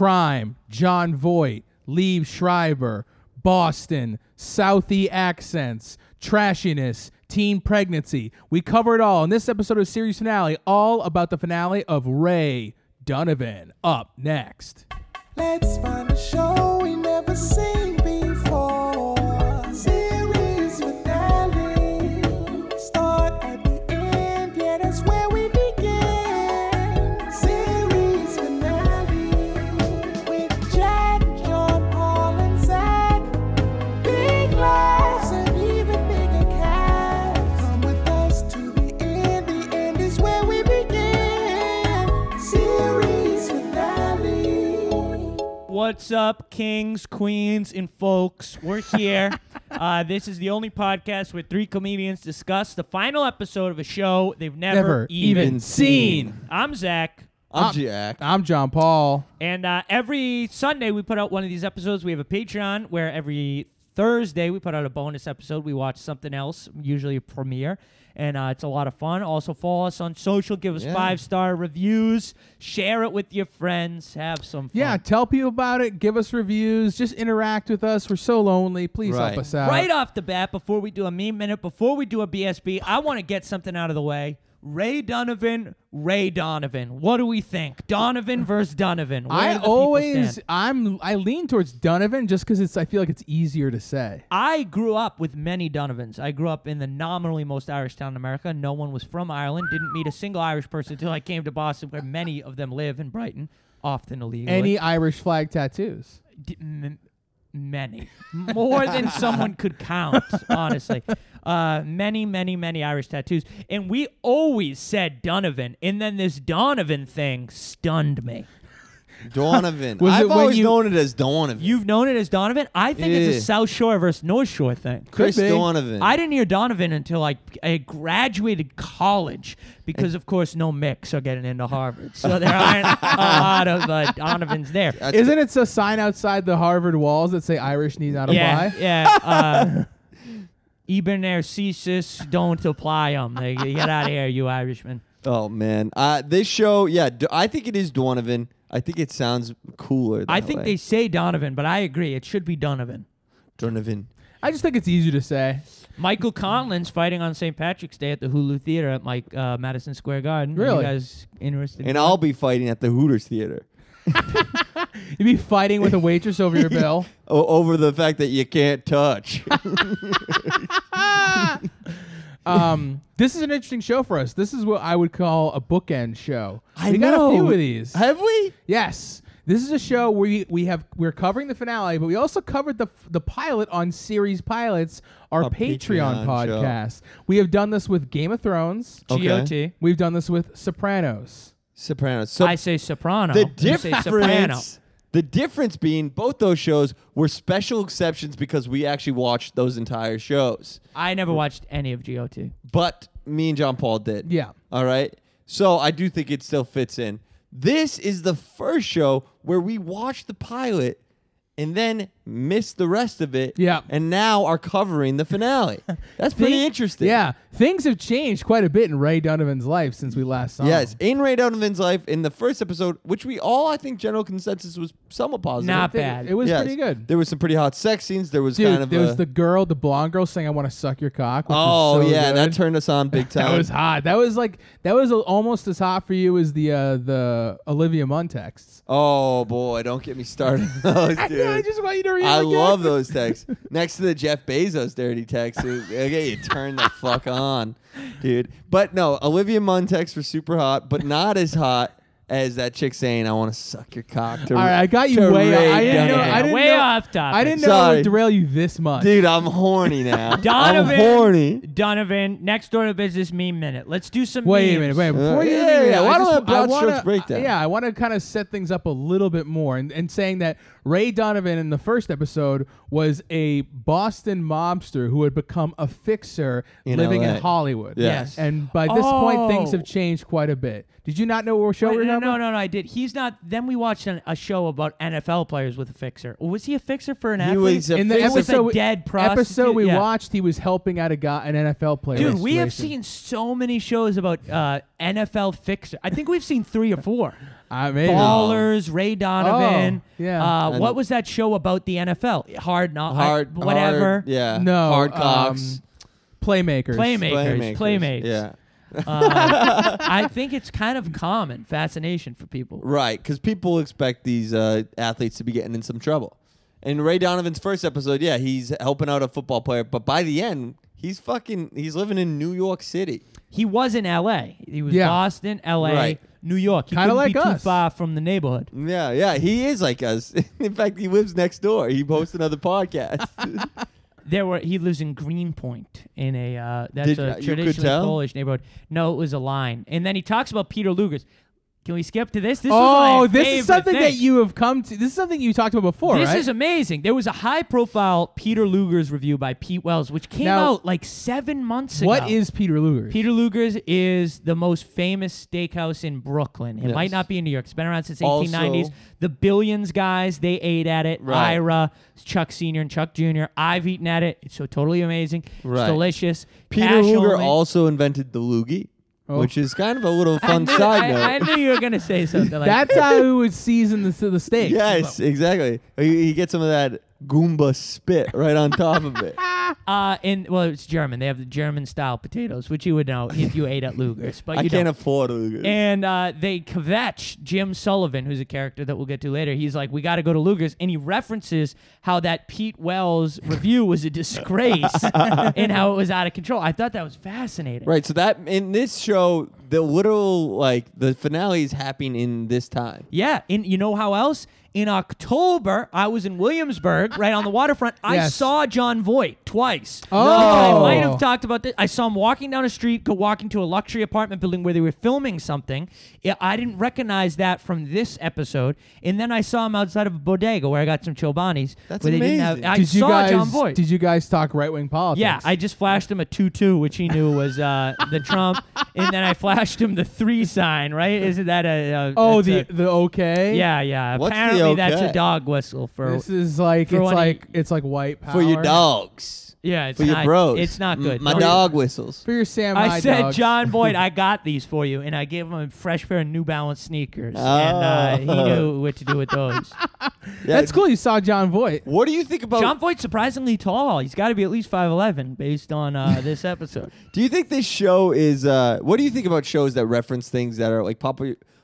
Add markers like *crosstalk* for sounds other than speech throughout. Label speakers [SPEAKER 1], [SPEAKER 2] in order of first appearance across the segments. [SPEAKER 1] Crime, John Voight, Liev Schreiber, Boston, Southie accents, trashiness, teen pregnancy. We cover it all in this episode of series finale, all about the finale of Ray Donovan. Up next.
[SPEAKER 2] Let's find a show we never seen before. Series finale. Start at the end, yeah, that's where we begin. Series finale with Jack, John, Paul, and Zach. Big laughs and even bigger cats. Come with us to the end. The end is where we begin. Series finale.
[SPEAKER 3] What's up, kings, queens, and folks? We're
[SPEAKER 1] *laughs*
[SPEAKER 3] here. uh, this is the only podcast where three comedians discuss the final episode of a show they've never,
[SPEAKER 1] Never even seen.
[SPEAKER 3] I'm Zach.
[SPEAKER 4] I'm Jack.
[SPEAKER 1] I'm John Paul.
[SPEAKER 3] And uh, every Sunday, we put out one of these episodes. We have a Patreon where every Thursday, we put out a bonus episode. We watch something else, usually a premiere. And uh, it's a lot of fun. Also, follow us on social. Give us
[SPEAKER 4] Yeah.
[SPEAKER 3] five star reviews. Share it with your friends. Have some fun.
[SPEAKER 1] Yeah, tell people about it. Give us reviews. Just interact with us. We're so lonely. Please
[SPEAKER 4] Right.
[SPEAKER 1] help us out.
[SPEAKER 3] right off the bat, before we do a meme minute, before we do a BSB, I want to get something out of the way. Ray Donovan, Ray Donovan. What do we think? Donovan versus Donovan. Where do
[SPEAKER 1] I
[SPEAKER 3] the people
[SPEAKER 1] always
[SPEAKER 3] stand?
[SPEAKER 1] I'm I lean towards Donovan just because it's I feel like it's easier to say.
[SPEAKER 3] I grew up with many Donovans. I grew up in the nominally most Irish town in America. No one was from Ireland. Didn't meet a single Irish person until I came to Boston, where many of them live in Brighton, often illegally.
[SPEAKER 1] Any Irish flag tattoos?
[SPEAKER 3] D- m- many more than someone could count honestly uh many many many irish tattoos and we always said donovan and then this donovan thing stunned me
[SPEAKER 4] Donovan.
[SPEAKER 1] Was it
[SPEAKER 4] I've
[SPEAKER 1] when
[SPEAKER 4] always
[SPEAKER 1] you-
[SPEAKER 4] known it as Donovan.
[SPEAKER 3] you've known it as donovan i think it's
[SPEAKER 4] Yeah.
[SPEAKER 3] a south shore versus north shore thing
[SPEAKER 4] Chris
[SPEAKER 1] be.
[SPEAKER 4] Donovan.
[SPEAKER 3] I didn't hear Donovan until I, I graduated college because, of course, no mix are getting into Harvard. So there aren't a lot of uh, Donovans there.
[SPEAKER 4] That's
[SPEAKER 1] Isn't it a sign outside the Harvard walls that say Irish need not
[SPEAKER 3] yeah,
[SPEAKER 1] apply?
[SPEAKER 3] Yeah.
[SPEAKER 1] *laughs*
[SPEAKER 3] Uh, Ibn Narcissus, don't apply them. Get out of here, you Irishman.
[SPEAKER 4] Oh man, uh, this show. Yeah, D- I think it is Donovan. I think it sounds cooler. That
[SPEAKER 3] I think they
[SPEAKER 4] way.
[SPEAKER 3] say Donovan, but I agree. It should be Donovan.
[SPEAKER 4] Donovan.
[SPEAKER 1] I just think it's easier to say.
[SPEAKER 3] Michael Conlan's fighting on St. Patrick's Day at the Hulu Theater at Mike uh, Madison Square Garden. Are
[SPEAKER 1] Really?
[SPEAKER 3] you guys interested? in
[SPEAKER 4] And I'll be fighting at the Hooters theater
[SPEAKER 1] You'd be fighting with a waitress over your
[SPEAKER 4] *laughs*
[SPEAKER 1] bill.
[SPEAKER 4] o- over the fact that you can't touch. *laughs*
[SPEAKER 1] Um, this is an interesting show for us. This is what I would call a bookend show.
[SPEAKER 4] I
[SPEAKER 1] we got a few
[SPEAKER 4] know.
[SPEAKER 1] of these.
[SPEAKER 4] Have we?
[SPEAKER 1] yes, this is a show where we, we have we're covering the finale, but we also covered the f- the pilot on series pilots, our Patreon,
[SPEAKER 4] A Patreon show. Oh.
[SPEAKER 1] podcast. We have done this with Game of Thrones.
[SPEAKER 4] Okay.
[SPEAKER 3] GOT.
[SPEAKER 1] We've done this with Sopranos.
[SPEAKER 4] Sopranos. So
[SPEAKER 3] I say Soprano.
[SPEAKER 4] the
[SPEAKER 3] You say Soprano.
[SPEAKER 4] difference. The difference being both those shows were special exceptions because we actually watched those entire shows.
[SPEAKER 3] I never watched any of GOT.
[SPEAKER 4] but me and John Paul did.
[SPEAKER 1] Yeah.
[SPEAKER 4] All right. So I do think it still fits in. This is the first show where we watched the pilot and then missed the rest of it.
[SPEAKER 1] Yeah.
[SPEAKER 4] And now are covering the finale.
[SPEAKER 1] *laughs*
[SPEAKER 4] That's pretty
[SPEAKER 1] Think-
[SPEAKER 4] interesting.
[SPEAKER 1] Yeah, things have changed quite a bit in Ray Donovan's life since we last saw.
[SPEAKER 4] Yes.
[SPEAKER 1] him.
[SPEAKER 4] In Ray Donovan's life, in the first episode, which we all, I think, general consensus was somewhat positive.
[SPEAKER 3] Not
[SPEAKER 1] I think
[SPEAKER 3] bad.
[SPEAKER 1] It was
[SPEAKER 4] Yes.
[SPEAKER 1] pretty good.
[SPEAKER 4] There was some pretty hot sex scenes. There was
[SPEAKER 1] Dude,
[SPEAKER 4] kind of
[SPEAKER 1] there
[SPEAKER 4] a,
[SPEAKER 1] was the girl, the blonde girl, saying, "I want to suck your cock." Which
[SPEAKER 4] *laughs* oh
[SPEAKER 1] was so
[SPEAKER 4] yeah,
[SPEAKER 1] good.
[SPEAKER 4] that turned us on big
[SPEAKER 1] *laughs*
[SPEAKER 4] time.
[SPEAKER 1] That was hot. That was like that was al- almost as hot for you as the uh, the Olivia Munn texts.
[SPEAKER 4] oh boy, don't get me started.
[SPEAKER 1] *laughs*
[SPEAKER 4] Oh,
[SPEAKER 1] I, know,
[SPEAKER 4] dude.
[SPEAKER 1] I just want you to read.
[SPEAKER 4] I
[SPEAKER 1] again.
[SPEAKER 4] love
[SPEAKER 1] *laughs*
[SPEAKER 4] those texts. Next to the Jeff Bezos dirty text, it- it'll get you turned the fuck on, dude. But no, Olivia Munn texts were super hot, but not as hot as that chick saying, "I want to suck your cock." To
[SPEAKER 1] All right, I got you
[SPEAKER 4] to
[SPEAKER 1] way.
[SPEAKER 4] Ray
[SPEAKER 1] Off. I didn't know.
[SPEAKER 4] Donovan."
[SPEAKER 3] Yeah,
[SPEAKER 1] I didn't
[SPEAKER 3] way
[SPEAKER 1] know,
[SPEAKER 3] off topic.
[SPEAKER 1] I didn't know it
[SPEAKER 4] Sorry.
[SPEAKER 1] would derail you this much.
[SPEAKER 4] dude, I'm
[SPEAKER 1] *laughs*
[SPEAKER 4] horny now.
[SPEAKER 3] Donovan.
[SPEAKER 4] I'm horny.
[SPEAKER 3] Donovan, next door to business meme minute. Let's do some
[SPEAKER 1] Wait a
[SPEAKER 3] memes.
[SPEAKER 1] minute, wait. Before you
[SPEAKER 4] Uh, yeah,
[SPEAKER 1] leave me,
[SPEAKER 4] yeah,
[SPEAKER 1] I
[SPEAKER 4] why don't
[SPEAKER 1] just-
[SPEAKER 4] let
[SPEAKER 1] I
[SPEAKER 4] broad strokes
[SPEAKER 1] wanna-
[SPEAKER 4] break that?
[SPEAKER 1] Yeah, I want to kind of set things up a little bit more, and, and saying that Ray Donovan in the first episode was a Boston mobster who had become a fixer
[SPEAKER 4] In
[SPEAKER 1] living in
[SPEAKER 4] LA.
[SPEAKER 1] Hollywood.
[SPEAKER 4] Yes.
[SPEAKER 1] and by this point things
[SPEAKER 3] Oh.
[SPEAKER 1] have changed quite a bit. Did you not know what show we were
[SPEAKER 3] Wait,
[SPEAKER 1] talking
[SPEAKER 3] no,
[SPEAKER 1] remember?
[SPEAKER 3] no, no, no. I did. He's not. Then we watched an, a show about NFL players with a fixer. Was he a fixer for an
[SPEAKER 4] He
[SPEAKER 3] athlete?
[SPEAKER 4] was a
[SPEAKER 1] In the
[SPEAKER 4] Fix
[SPEAKER 3] with
[SPEAKER 1] episode,
[SPEAKER 3] a dead prostitute.
[SPEAKER 1] episode we
[SPEAKER 3] Yeah.
[SPEAKER 1] watched, he was helping out a guy, an NFL player.
[SPEAKER 3] Dude, we have
[SPEAKER 1] situation.
[SPEAKER 3] seen so many shows about uh, NFL fixer. I think we've seen three or four.
[SPEAKER 1] I mean,
[SPEAKER 3] Ballers, Ray Donovan.
[SPEAKER 1] Oh, yeah.
[SPEAKER 3] Uh,
[SPEAKER 4] And-
[SPEAKER 3] what was that show about the NFL? Hard, not
[SPEAKER 4] hard,
[SPEAKER 3] whatever.
[SPEAKER 4] hard- yeah,
[SPEAKER 1] No,
[SPEAKER 4] hard
[SPEAKER 1] um,
[SPEAKER 4] cocks,
[SPEAKER 1] playmakers.
[SPEAKER 3] Playmakers, playmates.
[SPEAKER 4] yeah, *laughs*
[SPEAKER 3] Uh, I think it's kind of common fascination for people.
[SPEAKER 4] right. Because people expect these uh, athletes to be getting in some trouble. And Ray Donovan's first episode, yeah, he's helping out a football player, but by the end, he's fucking, he's living in New York City.
[SPEAKER 3] He was in L.A. He was
[SPEAKER 1] Yeah.
[SPEAKER 3] Boston, L.A.,
[SPEAKER 4] Right.
[SPEAKER 3] New York. He
[SPEAKER 1] Kinda
[SPEAKER 3] couldn't
[SPEAKER 1] like
[SPEAKER 3] be too
[SPEAKER 1] us.
[SPEAKER 3] far from the neighborhood.
[SPEAKER 4] Yeah, yeah, he is like us. *laughs* in fact, he lives next door. He hosts
[SPEAKER 3] *laughs*
[SPEAKER 4] another podcast.
[SPEAKER 3] There were he lives in Greenpoint in a uh, that's
[SPEAKER 4] Did- you
[SPEAKER 3] a
[SPEAKER 4] could
[SPEAKER 3] traditionally
[SPEAKER 4] tell?
[SPEAKER 3] Polish neighborhood. No, it was a line. And then he talks about Peter Luger's. Can we skip to this? This
[SPEAKER 1] oh,
[SPEAKER 3] was my
[SPEAKER 1] this
[SPEAKER 3] favorite
[SPEAKER 1] is something
[SPEAKER 3] thing.
[SPEAKER 1] that you have come to. This is something you talked about before,
[SPEAKER 3] This
[SPEAKER 1] right?
[SPEAKER 3] is amazing. There was a high profile Peter Luger's review by Pete Wells, which came
[SPEAKER 1] Now-
[SPEAKER 3] out like seven months ago.
[SPEAKER 1] what is Peter Luger?
[SPEAKER 3] Peter Luger's is the most famous steakhouse in Brooklyn. It might
[SPEAKER 4] Yes.
[SPEAKER 3] not be in New York. It's been around since
[SPEAKER 4] Also-
[SPEAKER 3] 1890s. the Billions guys, they ate at it.
[SPEAKER 4] Right.
[SPEAKER 3] Ira, Chuck Sr., and Chuck Jr. I've eaten at it. It's so totally amazing.
[SPEAKER 4] Right.
[SPEAKER 3] It's delicious.
[SPEAKER 4] Peter
[SPEAKER 3] Cash
[SPEAKER 4] Luger
[SPEAKER 3] only.
[SPEAKER 4] also invented the loogie, which is kind of a little fun
[SPEAKER 3] Oh. *laughs* I,
[SPEAKER 4] side note.
[SPEAKER 3] I knew you were going to
[SPEAKER 4] *laughs*
[SPEAKER 3] say something like *laughs*
[SPEAKER 1] That's how he would season the, the steak.
[SPEAKER 4] Yes, exactly. He, he gets some of that Goomba spit right on top of it.
[SPEAKER 3] Uh, and well, it's German. They have the German style potatoes, which you would know if you ate at Luger's. But *laughs*
[SPEAKER 4] I
[SPEAKER 3] you
[SPEAKER 4] can't
[SPEAKER 3] don't.
[SPEAKER 4] afford Luger.
[SPEAKER 3] and uh, they kvetch Jim Sullivan, who's a character that we'll get to later. He's like, "We got to go to Luger's," and he references how that Pete Wells review was a disgrace and how it was out of control. I thought that was fascinating.
[SPEAKER 4] right. So that in this show, the literal like the finale is happening in this time.
[SPEAKER 3] Yeah, and you know how else? In October, I was in Williamsburg, right on the waterfront. I
[SPEAKER 1] Yes.
[SPEAKER 3] saw John Voight twice.
[SPEAKER 1] Oh.
[SPEAKER 3] I might have talked about this. I saw him walking down a street, go walking to a luxury apartment building where they were filming something. Yeah, I didn't recognize that from this episode. And then I saw him outside of a bodega where I got some Chobani's.
[SPEAKER 4] That's
[SPEAKER 3] where they didn't
[SPEAKER 4] amazing.
[SPEAKER 3] have, I
[SPEAKER 1] Did you
[SPEAKER 3] saw
[SPEAKER 1] guys?
[SPEAKER 3] John Voight.
[SPEAKER 1] Did you guys talk right wing politics?
[SPEAKER 3] Yeah, I just flashed him a two-two, which he knew was uh, the Trump, and then I flashed him the three sign. Right? Isn't that a? a
[SPEAKER 1] oh,
[SPEAKER 3] that's
[SPEAKER 1] the
[SPEAKER 3] a-
[SPEAKER 1] the okay.
[SPEAKER 3] yeah, yeah.
[SPEAKER 4] What's the
[SPEAKER 3] Apparently, that's
[SPEAKER 4] okay?
[SPEAKER 3] a dog whistle for.
[SPEAKER 1] This is like
[SPEAKER 3] For
[SPEAKER 1] it's
[SPEAKER 3] when he-
[SPEAKER 1] like it's like white power
[SPEAKER 4] For your dogs.
[SPEAKER 3] yeah, it's
[SPEAKER 4] For your
[SPEAKER 3] not-
[SPEAKER 4] bros.
[SPEAKER 3] It's not
[SPEAKER 1] Mm,
[SPEAKER 4] M-
[SPEAKER 3] good.
[SPEAKER 4] my
[SPEAKER 3] Don't-
[SPEAKER 4] dog whistles.
[SPEAKER 1] for your samurai.
[SPEAKER 3] I said,
[SPEAKER 1] dogs. *laughs*
[SPEAKER 3] John Boyd, I got these for you, and I gave him a fresh pair of New Balance sneakers, and uh, he
[SPEAKER 4] Oh.
[SPEAKER 3] knew what to do with
[SPEAKER 1] *laughs*
[SPEAKER 3] those.
[SPEAKER 4] Yeah.
[SPEAKER 1] That's cool. You saw John Voight.
[SPEAKER 4] What do you think
[SPEAKER 1] Oh.
[SPEAKER 4] about?
[SPEAKER 3] John Boyd's surprisingly tall. He's got to be at least five eleven, based
[SPEAKER 1] *laughs*
[SPEAKER 3] on uh, this episode.
[SPEAKER 4] Do you think this show is? Uh, what do you think about shows that reference things that are like pop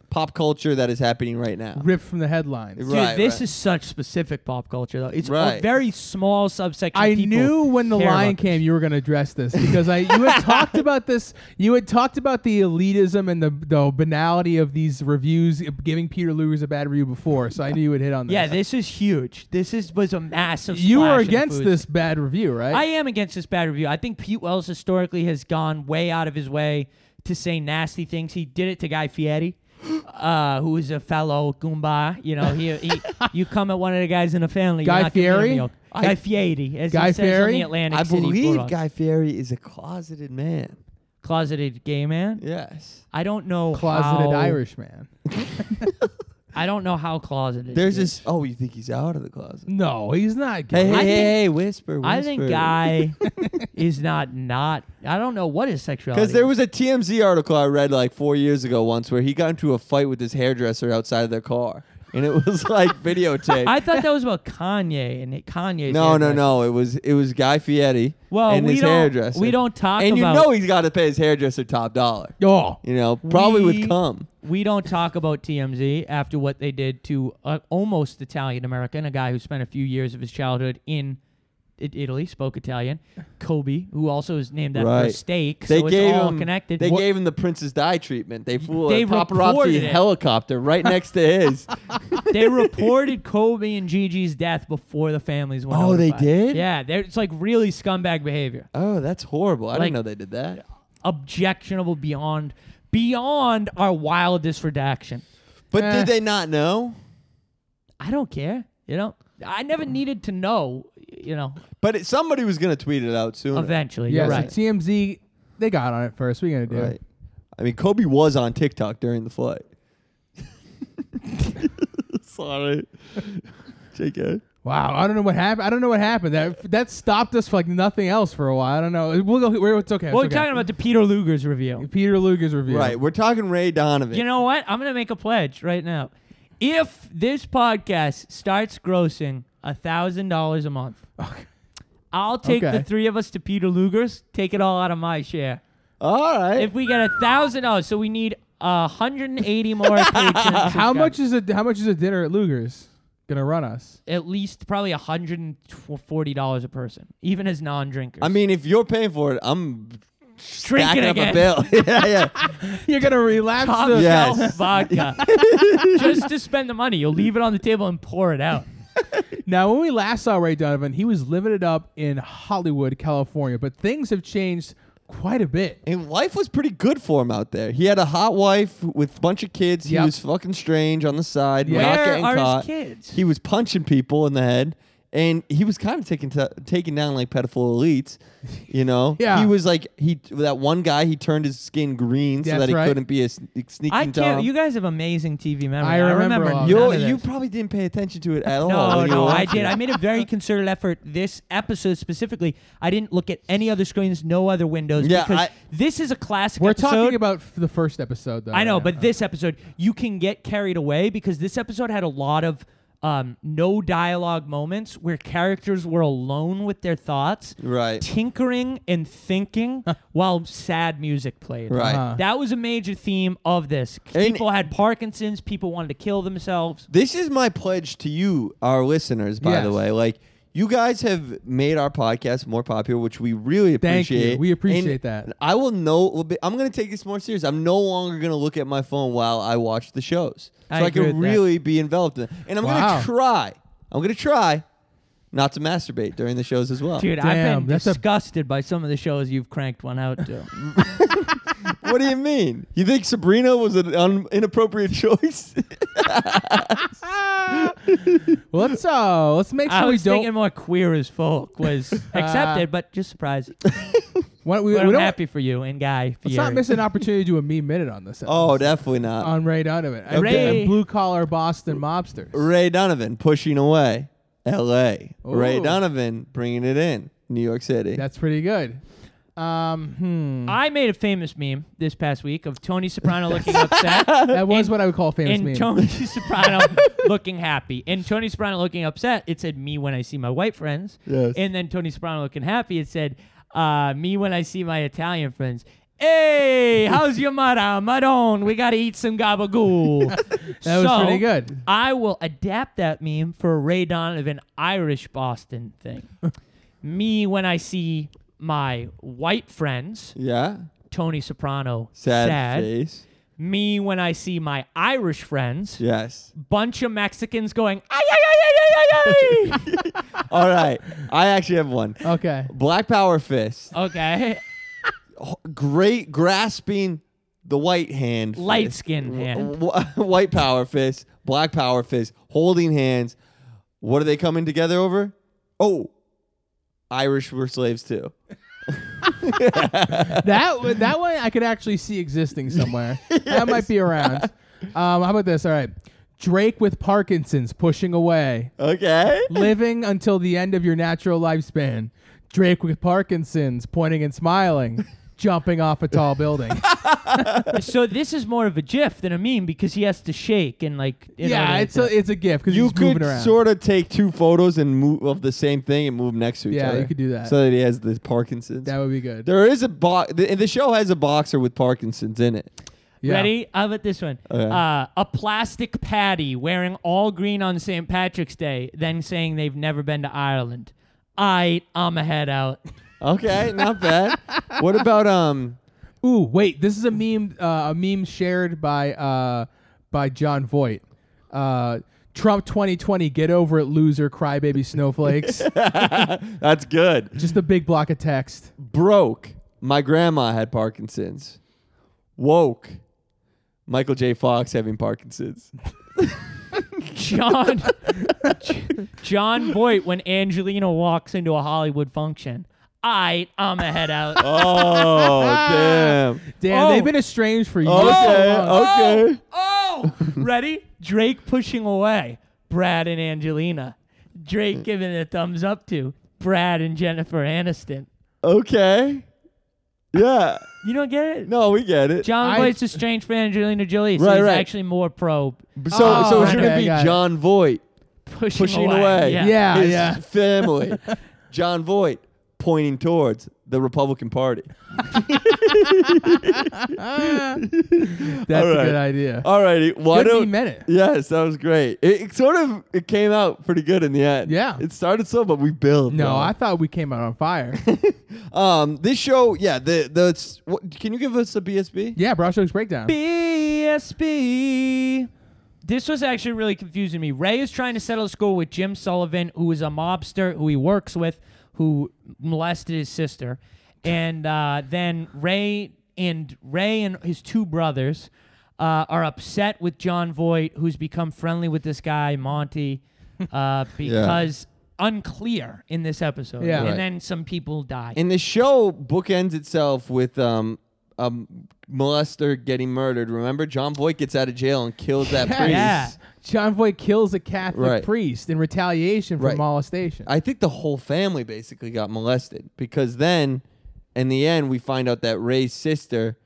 [SPEAKER 4] pop culture that is happening right now?
[SPEAKER 1] Ripped from the headlines.
[SPEAKER 3] Dude,
[SPEAKER 4] Right,
[SPEAKER 3] this
[SPEAKER 4] right.
[SPEAKER 3] is such specific pop culture, though. It's a
[SPEAKER 4] Right.
[SPEAKER 3] very small subsection.
[SPEAKER 1] I
[SPEAKER 3] of people
[SPEAKER 1] knew when the
[SPEAKER 3] care
[SPEAKER 1] lion
[SPEAKER 3] about
[SPEAKER 1] came, you were going to address this because I you had talked
[SPEAKER 3] *laughs*
[SPEAKER 1] about this. You had talked about the elitism and the, the banality of these reviews, uh, giving Peter Luger's a bad review before. So I knew you would hit on this. *laughs*
[SPEAKER 3] Yeah, this is huge. This is was a massive.
[SPEAKER 1] you
[SPEAKER 3] splash
[SPEAKER 1] were
[SPEAKER 3] in the
[SPEAKER 1] against
[SPEAKER 3] food
[SPEAKER 1] this bad review, right?
[SPEAKER 3] I am against this bad review. I think Pete Wells historically has gone way out of his way to say nasty things. He did it to Guy Fieri, *gasps* uh, who is a fellow Goomba. You know, he,
[SPEAKER 4] *laughs*
[SPEAKER 3] he you come at one of the guys in the family. you're
[SPEAKER 1] Guy
[SPEAKER 3] not gonna get
[SPEAKER 1] Fieri?
[SPEAKER 3] him milk.
[SPEAKER 4] I-
[SPEAKER 3] Guy Fieri, as
[SPEAKER 1] Guy
[SPEAKER 3] he says on
[SPEAKER 1] Fieri?
[SPEAKER 3] the Atlantic
[SPEAKER 4] I
[SPEAKER 3] City
[SPEAKER 4] believe
[SPEAKER 3] Bulldogs.
[SPEAKER 4] Guy Fieri is a closeted man.
[SPEAKER 3] closeted gay man.
[SPEAKER 4] Yes.
[SPEAKER 3] I don't know
[SPEAKER 1] Closeted
[SPEAKER 3] how,
[SPEAKER 1] Irishman.
[SPEAKER 3] I don't know how closeted.
[SPEAKER 4] There's
[SPEAKER 3] he is.
[SPEAKER 4] this. Oh, you think he's out of the closet?
[SPEAKER 1] No, he's not.
[SPEAKER 4] Hey,
[SPEAKER 1] gay.
[SPEAKER 4] hey,
[SPEAKER 3] I
[SPEAKER 4] hey,
[SPEAKER 3] think-
[SPEAKER 4] hey, whisper, whisper.
[SPEAKER 3] I think
[SPEAKER 4] *laughs*
[SPEAKER 3] Guy is not not. I don't know what his sexuality.
[SPEAKER 4] Because there
[SPEAKER 3] is.
[SPEAKER 4] was a TMZ article I read like four years ago once where he got into a fight with his hairdresser outside of their car, and it was
[SPEAKER 3] *laughs*
[SPEAKER 4] like videotape.
[SPEAKER 3] I thought that was about Kanye and Kanye's.
[SPEAKER 4] no, no,
[SPEAKER 3] hairdresser.
[SPEAKER 4] no. It was it was Guy Fieri
[SPEAKER 3] Well,
[SPEAKER 4] and
[SPEAKER 3] we
[SPEAKER 4] his
[SPEAKER 3] don't-
[SPEAKER 4] hairdresser.
[SPEAKER 3] we don't talk
[SPEAKER 4] And
[SPEAKER 3] about-
[SPEAKER 4] you know he's got to pay his hairdresser top dollar.
[SPEAKER 1] Oh,
[SPEAKER 4] You know, probably
[SPEAKER 3] We-
[SPEAKER 4] with cum.
[SPEAKER 3] We don't talk about TMZ after what they did to uh, almost Italian American, a guy who spent a few years of his childhood in I- Italy, spoke Italian. Kobe, who also is named after a
[SPEAKER 4] Right.
[SPEAKER 3] steak,
[SPEAKER 4] They
[SPEAKER 3] so
[SPEAKER 4] gave
[SPEAKER 3] it's all
[SPEAKER 4] him
[SPEAKER 3] connected.
[SPEAKER 4] They
[SPEAKER 3] Wha-
[SPEAKER 4] gave him the Princess Di treatment. They flew
[SPEAKER 3] They
[SPEAKER 4] a
[SPEAKER 3] reported
[SPEAKER 4] paparazzi
[SPEAKER 3] it.
[SPEAKER 4] helicopter right next
[SPEAKER 3] *laughs*
[SPEAKER 4] to his.
[SPEAKER 3] *laughs*
[SPEAKER 4] *laughs*
[SPEAKER 3] they reported Kobe and Gigi's death before the families went.
[SPEAKER 4] Oh, they
[SPEAKER 3] notified.
[SPEAKER 4] did?
[SPEAKER 3] Yeah, they're- it's like really scumbag behavior,
[SPEAKER 4] oh, that's horrible. I
[SPEAKER 3] Like-
[SPEAKER 4] didn't know they did that.
[SPEAKER 3] objectionable beyond beyond our wildest redaction.
[SPEAKER 4] But
[SPEAKER 1] Eh.
[SPEAKER 4] did they not know?
[SPEAKER 3] I don't care, you know. I never needed to know, you know.
[SPEAKER 4] But it, somebody was gonna tweet it out soon.
[SPEAKER 3] Eventually,
[SPEAKER 1] yeah.
[SPEAKER 3] you're
[SPEAKER 1] so
[SPEAKER 3] right.
[SPEAKER 1] TMZ, they got on it first. We're gonna do.
[SPEAKER 4] Right. I mean, Kobe was on TikTok during the flight. Sorry. JK.
[SPEAKER 1] Wow, I don't know what happened. I don't know what happened. That that stopped us for like nothing else for a while. I don't know. We'll go. We're, it's okay.
[SPEAKER 3] Well, we're
[SPEAKER 1] it's
[SPEAKER 3] talking
[SPEAKER 1] okay.
[SPEAKER 3] about the Peter Luger's review.
[SPEAKER 1] Peter Luger's review.
[SPEAKER 4] Right. We're talking Ray Donovan.
[SPEAKER 3] You know what? I'm gonna make a pledge right now. If this podcast starts grossing a thousand dollars a month, I'll take
[SPEAKER 1] Okay.
[SPEAKER 3] the three of us to Peter Luger's. Take it all out of my share.
[SPEAKER 4] All right.
[SPEAKER 3] If we get a thousand dollars, so we need a hundred and eighty
[SPEAKER 4] *laughs*
[SPEAKER 3] more patrons.
[SPEAKER 1] How much is a how much is a dinner at Luger's gonna run
[SPEAKER 3] *laughs*
[SPEAKER 1] us?
[SPEAKER 3] At least probably a hundred and forty dollars a person, even as non-drinkers.
[SPEAKER 4] I mean, if you're paying for it, I'm
[SPEAKER 3] drinking
[SPEAKER 4] backing up
[SPEAKER 3] again.
[SPEAKER 4] a bill. *laughs* yeah, yeah.
[SPEAKER 1] You're gonna relapse.
[SPEAKER 3] Top
[SPEAKER 1] the-
[SPEAKER 4] Yeah.
[SPEAKER 3] shelf
[SPEAKER 4] Yes. *laughs*
[SPEAKER 3] vodka. Just to spend the money, you'll leave it on the table and pour it out.
[SPEAKER 1] Now, when we last saw Ray Donovan, he was living it up in Hollywood, California, but things have changed quite a bit.
[SPEAKER 4] And life was pretty good for him out there. He had a hot wife with a bunch of kids.
[SPEAKER 1] Yep.
[SPEAKER 4] He was fucking strange on the side,
[SPEAKER 1] Yeah.
[SPEAKER 4] not
[SPEAKER 3] Where
[SPEAKER 4] getting
[SPEAKER 3] are his
[SPEAKER 4] caught.
[SPEAKER 3] kids?
[SPEAKER 4] He was punching people in the head, and he was kind of taking to, taking down like pedophile elites.
[SPEAKER 3] *laughs*
[SPEAKER 4] You know,
[SPEAKER 1] Yeah.
[SPEAKER 4] He was like he that one guy. He turned his skin green so
[SPEAKER 1] That's
[SPEAKER 4] that he
[SPEAKER 1] right.
[SPEAKER 4] couldn't be a sn- sneaking
[SPEAKER 3] I can't.
[SPEAKER 4] Tom.
[SPEAKER 3] You guys have amazing TV memory.
[SPEAKER 1] I remember all that.
[SPEAKER 3] none
[SPEAKER 4] You-
[SPEAKER 3] of this.
[SPEAKER 4] you probably didn't pay attention to it at all.
[SPEAKER 3] No,
[SPEAKER 4] when you
[SPEAKER 3] no,
[SPEAKER 4] were
[SPEAKER 3] I
[SPEAKER 4] watching
[SPEAKER 3] did.
[SPEAKER 4] it.
[SPEAKER 3] I made a very concerted effort this episode specifically. I didn't look at any other screens, no other windows.
[SPEAKER 4] Yeah,
[SPEAKER 3] because
[SPEAKER 4] I-
[SPEAKER 3] this is a classic.
[SPEAKER 1] We're
[SPEAKER 3] episode.
[SPEAKER 1] talking about f- the first episode, though.
[SPEAKER 3] I know,
[SPEAKER 1] right
[SPEAKER 3] but
[SPEAKER 1] now.
[SPEAKER 3] this episode, you can get carried away because this episode had a lot of um, no dialogue moments where characters were alone with their thoughts,
[SPEAKER 4] Right.
[SPEAKER 3] Tinkering and
[SPEAKER 4] *laughs*
[SPEAKER 3] thinking while sad music played.
[SPEAKER 4] Right.
[SPEAKER 1] Uh-huh.
[SPEAKER 3] That was a major theme of this.
[SPEAKER 4] And-
[SPEAKER 3] People had Parkinson's. People wanted to kill themselves.
[SPEAKER 4] This is my pledge to you, our listeners, by the
[SPEAKER 1] Yes.
[SPEAKER 4] way. Like, you guys have made our podcast more popular, which we really
[SPEAKER 1] Thank you.
[SPEAKER 4] appreciate.
[SPEAKER 1] We appreciate
[SPEAKER 4] And
[SPEAKER 1] that.
[SPEAKER 4] I will no. I'm going to take this more serious. I'm no longer going to look at my phone while I watch the shows, so
[SPEAKER 3] I
[SPEAKER 4] I,
[SPEAKER 3] agree
[SPEAKER 4] can
[SPEAKER 3] with that.
[SPEAKER 4] really be enveloped in it. And I'm
[SPEAKER 1] Wow.
[SPEAKER 4] going to try. I'm going to try not to masturbate during the shows as well.
[SPEAKER 3] Dude, I've
[SPEAKER 1] Damn,
[SPEAKER 3] been
[SPEAKER 1] that's a-
[SPEAKER 3] disgusted by some of the shows you've cranked one
[SPEAKER 1] *laughs*
[SPEAKER 3] out to.
[SPEAKER 4] What do you mean? You think Sabrina was an un-
[SPEAKER 1] *laughs*
[SPEAKER 4] inappropriate *laughs* choice?
[SPEAKER 1] Well, let's uh, let's make
[SPEAKER 3] I
[SPEAKER 1] sure we
[SPEAKER 3] was thinking
[SPEAKER 1] don't.
[SPEAKER 3] more queer as
[SPEAKER 1] *laughs*
[SPEAKER 3] folk was accepted, but just surprised.
[SPEAKER 1] Why don't we, we
[SPEAKER 3] But I'm
[SPEAKER 1] don't
[SPEAKER 3] happy for you and Guy.
[SPEAKER 1] let's
[SPEAKER 3] Fieri.
[SPEAKER 1] not miss an opportunity to do a me minute on this.
[SPEAKER 4] *laughs* oh,
[SPEAKER 1] episode.
[SPEAKER 4] definitely not.
[SPEAKER 1] on Ray Donovan, and-
[SPEAKER 3] Ray-
[SPEAKER 1] and blue collar Boston mobsters.
[SPEAKER 4] Ray Donovan pushing away L.A. Ray
[SPEAKER 1] Ooh.
[SPEAKER 4] Donovan bringing it in New York City.
[SPEAKER 1] That's pretty good. Um, hmm.
[SPEAKER 3] I made a famous meme this past week of Tony Soprano looking upset
[SPEAKER 1] that was
[SPEAKER 3] and-
[SPEAKER 1] what I would call a famous meme.
[SPEAKER 3] and Tony Soprano looking happy. And Tony Soprano looking upset, it said, Me when I see my white friends.
[SPEAKER 4] Yes.
[SPEAKER 3] And then Tony Soprano looking happy, it said, uh, Me when I see my Italian friends. Hey, how's your mother? Madone, we got to eat some gabagool.
[SPEAKER 1] that was pretty good.
[SPEAKER 3] I will adapt that meme for a Ray Donovan Irish Boston thing. Me when I see my white friends,
[SPEAKER 4] yeah.
[SPEAKER 3] Tony Soprano,
[SPEAKER 4] Sad,
[SPEAKER 3] sad.
[SPEAKER 4] face.
[SPEAKER 3] Me when I see my Irish friends,
[SPEAKER 4] Yes.
[SPEAKER 3] bunch of Mexicans going, ay, ay, ay, ay, ay, ay, ay.
[SPEAKER 4] All right. I actually have one.
[SPEAKER 3] Uh,
[SPEAKER 1] Okay.
[SPEAKER 4] Black Power Fist. *laughs*
[SPEAKER 3] okay.
[SPEAKER 4] Great grasping the white hand.
[SPEAKER 3] Light
[SPEAKER 4] fist.
[SPEAKER 3] skin hand.
[SPEAKER 4] W- *laughs* White Power Fist. Black Power Fist. Holding hands. What are they coming together over? Oh, Irish were slaves too.
[SPEAKER 1] that one- that one I could actually see existing
[SPEAKER 4] *laughs*
[SPEAKER 1] somewhere. That might be around. Um, how about this? All right, Drake with Parkinson's pushing away,
[SPEAKER 4] Okay.
[SPEAKER 3] *laughs*
[SPEAKER 1] living until the end of your natural lifespan. Drake with Parkinson's pointing and smiling, jumping off a tall
[SPEAKER 4] *laughs*
[SPEAKER 1] building.
[SPEAKER 3] so this is more of a gif than a meme because he has to shake and like. in order
[SPEAKER 1] yeah,
[SPEAKER 3] to-
[SPEAKER 1] it's a it's a gift because
[SPEAKER 4] You
[SPEAKER 1] he's moving
[SPEAKER 4] could
[SPEAKER 1] around.
[SPEAKER 4] sort of take two photos and move of the same thing and move 'em next to each
[SPEAKER 1] Yeah,
[SPEAKER 4] other.
[SPEAKER 1] you could do that.
[SPEAKER 4] So that he has the Parkinson's.
[SPEAKER 1] that would be good.
[SPEAKER 4] There is a box. The, the show has a boxer with Parkinson's in it.
[SPEAKER 1] Yeah.
[SPEAKER 3] Ready? How about this one?
[SPEAKER 4] Okay.
[SPEAKER 3] Uh, a plastic patty wearing all green on St. Patrick's Day, then saying they've never been to Ireland. I, I'm a head out.
[SPEAKER 4] Okay,
[SPEAKER 1] *laughs*
[SPEAKER 4] not bad. What about um?
[SPEAKER 1] Ooh, wait, this is a meme. Uh, a meme shared by uh, by John Voight. Uh, Trump 2020, get over it, loser, crybaby
[SPEAKER 4] *laughs*
[SPEAKER 1] snowflakes.
[SPEAKER 4] That's good.
[SPEAKER 1] Just a big block of text.
[SPEAKER 4] Broke. My grandma had Parkinson's. Woke. Michael J. Fox
[SPEAKER 1] *laughs*
[SPEAKER 4] having Parkinson's.
[SPEAKER 3] John, *laughs* John Voight when Angelina walks into a Hollywood function. I, I'm a head out.
[SPEAKER 4] Oh damn.
[SPEAKER 1] Damn,
[SPEAKER 3] Oh.
[SPEAKER 1] they've been estranged for years.
[SPEAKER 4] Okay.
[SPEAKER 1] Oh,
[SPEAKER 3] *laughs*
[SPEAKER 4] okay.
[SPEAKER 3] Oh, ready? Drake pushing away. Brad and Angelina.
[SPEAKER 4] Mm.
[SPEAKER 3] Drake giving it a thumbs up to Brad and Jennifer Aniston.
[SPEAKER 4] Okay. Yeah.
[SPEAKER 3] You don't get it?
[SPEAKER 4] No, we get it.
[SPEAKER 3] John
[SPEAKER 1] I-
[SPEAKER 3] Voight's a strange for Angelina Jolie. So
[SPEAKER 4] Right,
[SPEAKER 3] he's
[SPEAKER 4] right.
[SPEAKER 3] actually more pro
[SPEAKER 4] so so it's
[SPEAKER 1] Oh,
[SPEAKER 4] gonna
[SPEAKER 1] okay,
[SPEAKER 4] be
[SPEAKER 1] got it.
[SPEAKER 4] John Voight
[SPEAKER 3] pushing,
[SPEAKER 4] pushing away.
[SPEAKER 3] Yeah.
[SPEAKER 1] Yeah,
[SPEAKER 4] His
[SPEAKER 1] yeah.
[SPEAKER 4] *laughs* Family. John Voight pointing towards the Republican Party.
[SPEAKER 1] That's
[SPEAKER 4] All
[SPEAKER 1] a
[SPEAKER 4] right.
[SPEAKER 1] good idea.
[SPEAKER 4] Alrighty. Why
[SPEAKER 1] Good
[SPEAKER 4] don't
[SPEAKER 1] we met it.
[SPEAKER 4] Yes, that was great. It, it sort of it came out pretty good in the end.
[SPEAKER 1] Yeah.
[SPEAKER 4] It started slow, but we built.
[SPEAKER 1] No,
[SPEAKER 4] bro.
[SPEAKER 1] I thought we came out on fire.
[SPEAKER 4] Um, this show, yeah, the the it's- what, can you give us a BSB?
[SPEAKER 1] yeah, Broad Strokes Breakdown.
[SPEAKER 3] BSB. This was actually really confusing me. Ray is trying to settle a score with Jim Sullivan, who is a mobster who he works with, who molested his sister, and uh, then Ray and Ray and his two brothers uh, are upset with John Voight, who's become friendly with this guy Monty, uh, because unclear in this episode.
[SPEAKER 1] Yeah.
[SPEAKER 3] and
[SPEAKER 1] Right.
[SPEAKER 3] then some people die.
[SPEAKER 4] And the show bookends itself with um a molester getting murdered. Remember, John Voight gets out of jail and kills that
[SPEAKER 1] Yes.
[SPEAKER 4] priest.
[SPEAKER 3] Yeah.
[SPEAKER 1] John Voight kills a Catholic
[SPEAKER 4] Right.
[SPEAKER 1] priest in retaliation for
[SPEAKER 4] Right.
[SPEAKER 1] molestation.
[SPEAKER 4] I think the whole family basically got molested because then, in the end, we find out that Ray's sister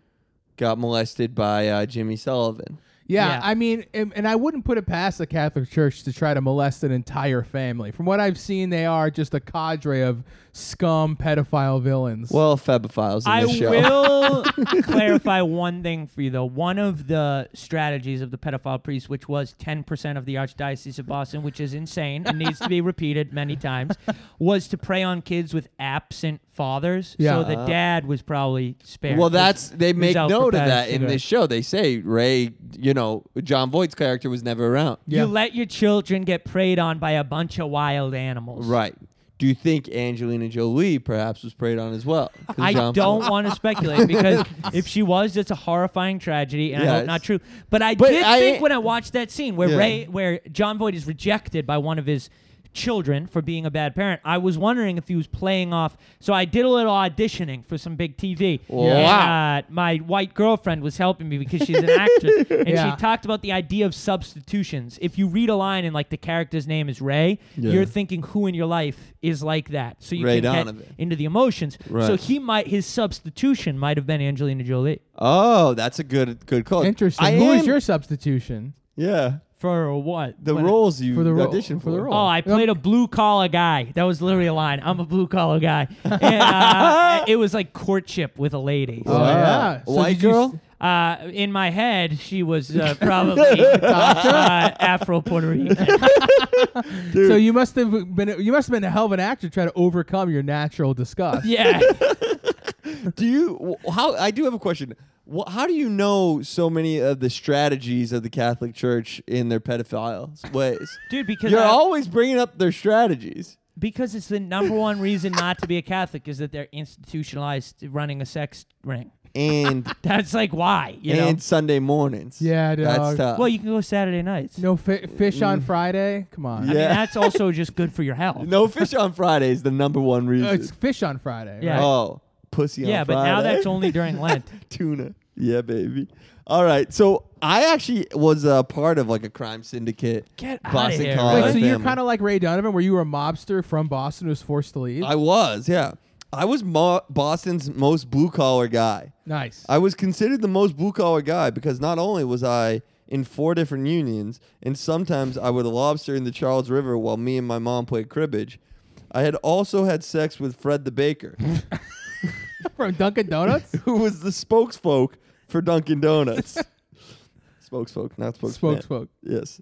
[SPEAKER 4] got molested by uh, Jimmy Sullivan.
[SPEAKER 1] yeah,
[SPEAKER 3] Yeah.
[SPEAKER 1] I mean, and, and I wouldn't put it past the Catholic Church to try to molest an entire family. From what I've seen, they are just a cadre of scum pedophile villains.
[SPEAKER 4] Well, febophiles in
[SPEAKER 3] I
[SPEAKER 4] this show.
[SPEAKER 3] will clarify one thing for you, though. One of the strategies of the pedophile priest, which was 10% of the Archdiocese of Boston, which is insane and needs to
[SPEAKER 4] *laughs*
[SPEAKER 3] be repeated many times, was to prey on kids with absent fathers.
[SPEAKER 1] Yeah.
[SPEAKER 3] So the dad was probably spared.
[SPEAKER 4] *laughs* Well, that's they
[SPEAKER 3] Who's
[SPEAKER 4] make
[SPEAKER 3] out for
[SPEAKER 4] note of
[SPEAKER 3] past
[SPEAKER 4] that in
[SPEAKER 3] cigarette.
[SPEAKER 4] this show. They say Ray, you know, John Voight's character was never around.
[SPEAKER 1] Yeah.
[SPEAKER 3] You let your children get preyed on by a bunch of wild animals.
[SPEAKER 4] Right. Do you think Angelina Jolie perhaps was preyed on as well? 'Cause
[SPEAKER 3] I
[SPEAKER 4] John
[SPEAKER 3] don't
[SPEAKER 4] Voight-
[SPEAKER 3] want to speculate
[SPEAKER 4] *laughs*
[SPEAKER 3] because if she was, it's a horrifying tragedy, and I
[SPEAKER 4] Yes.
[SPEAKER 3] hope not true. But I
[SPEAKER 4] But
[SPEAKER 3] did
[SPEAKER 4] I-
[SPEAKER 3] think when I watched that scene where
[SPEAKER 4] Yeah.
[SPEAKER 3] Ray, where John Voight is rejected by one of his children for being a bad parent, I was wondering if he was playing off. So I did a little auditioning for some big TV.
[SPEAKER 4] Wow.
[SPEAKER 3] And, uh, my white girlfriend was helping me because she's an
[SPEAKER 4] *laughs*
[SPEAKER 3] actress, and
[SPEAKER 1] Yeah.
[SPEAKER 3] she talked about the idea of substitutions. If you read a line and like the character's name is Ray,
[SPEAKER 4] Yeah.
[SPEAKER 3] you're thinking who in your life is like that. So you
[SPEAKER 4] Ray
[SPEAKER 3] can get
[SPEAKER 4] Donovan.
[SPEAKER 3] into the emotions. So
[SPEAKER 4] Right.
[SPEAKER 3] he might his substitution might have been Angelina Jolie
[SPEAKER 4] Oh, that's a good good call.
[SPEAKER 1] Interesting.
[SPEAKER 4] I
[SPEAKER 1] Who was
[SPEAKER 4] am-
[SPEAKER 1] your substitution?
[SPEAKER 4] Yeah.
[SPEAKER 3] for what?
[SPEAKER 4] The
[SPEAKER 3] What-
[SPEAKER 4] roles you
[SPEAKER 1] For the role-
[SPEAKER 4] auditioned
[SPEAKER 1] for
[SPEAKER 4] for.
[SPEAKER 1] the role.
[SPEAKER 3] Oh, I played a blue collar guy. That was literally a line. I'm a blue collar guy.
[SPEAKER 4] *laughs*
[SPEAKER 3] And, uh, it was like courtship with a lady.
[SPEAKER 1] Oh, yeah. So
[SPEAKER 4] White
[SPEAKER 1] did you
[SPEAKER 4] girl?
[SPEAKER 1] s-
[SPEAKER 3] Uh, in my head, she was
[SPEAKER 4] *laughs*
[SPEAKER 3] uh, probably uh, Afro Puerto Rican.
[SPEAKER 4] *laughs*
[SPEAKER 1] So you must have been you must have been a hell of an actor trying to overcome your natural
[SPEAKER 4] *laughs*
[SPEAKER 1] disgust.
[SPEAKER 3] Yeah,
[SPEAKER 4] do you wh- how I do have a question. Wh- How do you know so many of the strategies of the Catholic Church in their pedophile ways?
[SPEAKER 3] *laughs* dude, because
[SPEAKER 4] You're
[SPEAKER 3] I-
[SPEAKER 4] always bringing up their strategies.
[SPEAKER 3] because it's the number one reason not to be a Catholic is that they're institutionalized running a sex ring.
[SPEAKER 4] And
[SPEAKER 3] That's like why *laughs* you know.
[SPEAKER 4] and Sunday mornings.
[SPEAKER 1] Yeah,
[SPEAKER 4] That's
[SPEAKER 1] dog.
[SPEAKER 4] tough.
[SPEAKER 3] Well, you can go Saturday nights.
[SPEAKER 1] No fi- fish on Friday. Come on.
[SPEAKER 4] Mm. Yeah.
[SPEAKER 3] I mean, that's also just good for your health.
[SPEAKER 4] *laughs* no fish on Friday is the
[SPEAKER 3] *laughs*
[SPEAKER 4] number one reason.
[SPEAKER 1] Uh, it's fish on Friday.
[SPEAKER 3] Yeah.
[SPEAKER 1] right?
[SPEAKER 4] Oh, pussy
[SPEAKER 3] yeah,
[SPEAKER 4] on
[SPEAKER 3] but
[SPEAKER 4] Friday.
[SPEAKER 3] now that's only during Lent.
[SPEAKER 4] *laughs* tuna. Yeah, baby. All right. So I actually was a part of like a crime syndicate.
[SPEAKER 3] Get outta
[SPEAKER 4] Boston
[SPEAKER 3] here.
[SPEAKER 4] College.
[SPEAKER 1] Wait, so you're
[SPEAKER 4] family.
[SPEAKER 1] kind of like Ray Donovan, where you were a mobster from Boston who was forced to leave.
[SPEAKER 4] I was. Yeah. I was Mo- Boston's most blue collar guy.
[SPEAKER 1] nice.
[SPEAKER 4] I was considered the most blue collar guy because not only was I in four different unions, and sometimes I would lobster in the Charles River while me and my mom played cribbage. I had also had sex with Fred the Baker, *laughs*
[SPEAKER 1] from Dunkin' Donuts.
[SPEAKER 4] who was the spokesfolk for Dunkin' Donuts. spokesfolk, not spokesman.
[SPEAKER 1] Spokesfolk.
[SPEAKER 4] Yes.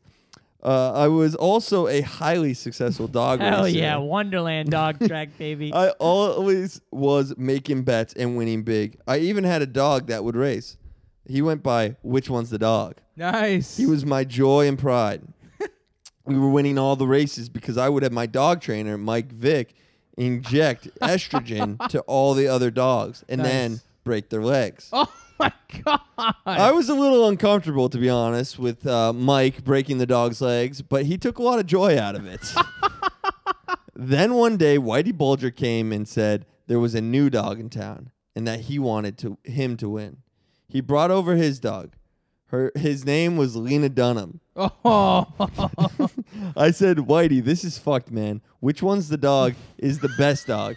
[SPEAKER 4] Uh, I was also a highly successful dog
[SPEAKER 3] Hell
[SPEAKER 4] racer.
[SPEAKER 3] yeah, Wonderland
[SPEAKER 4] *laughs*
[SPEAKER 3] dog track, baby.
[SPEAKER 4] I always was making bets and winning big. I even had a dog that would race. He went by which one's the dog.
[SPEAKER 1] Nice. *laughs*
[SPEAKER 4] He was my joy and pride. we were winning all the races because I would have my dog trainer, Mike Vick, inject
[SPEAKER 1] *laughs*
[SPEAKER 4] estrogen to all the other dogs and
[SPEAKER 1] Nice.
[SPEAKER 4] then break their legs.
[SPEAKER 1] Oh my god.
[SPEAKER 4] I was a little uncomfortable, to be honest, with uh, Mike breaking the dog's legs, but he took a lot of joy out
[SPEAKER 1] *laughs*
[SPEAKER 4] of it. then one day, Whitey Bulger came and said there was a new dog in town and that he wanted to him to win. He brought over his dog. Her, his name was Lena Dunham.
[SPEAKER 1] Oh.
[SPEAKER 4] *laughs* I said, Whitey, this is fucked, man. Which one's the dog is the best dog?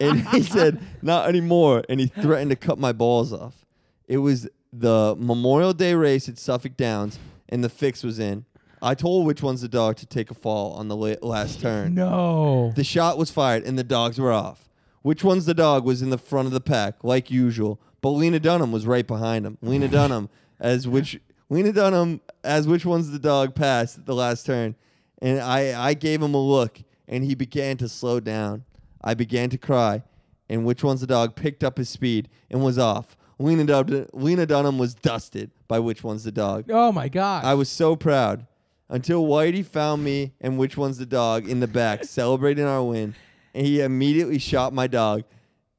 [SPEAKER 4] and he said, not anymore. And he threatened to cut my balls off. It was the Memorial Day race at Suffolk Downs, and the fix was in. I told which one's the dog to take a fall on the la- last turn.
[SPEAKER 1] No.
[SPEAKER 4] The shot was fired and the dogs were off. Which one's the dog was in the front of the pack, like usual. But Lena Dunham was right behind him. Lena Dunham as which Lena Dunham as which one's the dog passed at the last turn. And I, I gave him a look and he began to slow down. I began to cry. And which one's the dog picked up his speed and was off. Lena, Dub- Lena Dunham was dusted by which one's the dog.
[SPEAKER 1] Oh my god.
[SPEAKER 4] I was so proud until Whitey found me and which one's the dog in
[SPEAKER 3] *laughs*
[SPEAKER 4] the back celebrating our win. And he immediately shot my dog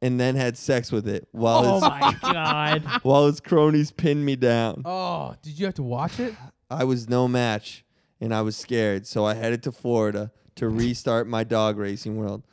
[SPEAKER 4] and then had sex with it while
[SPEAKER 3] Oh
[SPEAKER 4] his *laughs*
[SPEAKER 3] my god.
[SPEAKER 4] while his cronies pinned me down.
[SPEAKER 1] oh, did you have to watch
[SPEAKER 4] *laughs*
[SPEAKER 1] it?
[SPEAKER 4] I was no match and I was scared, so I headed to Florida to restart my dog racing world.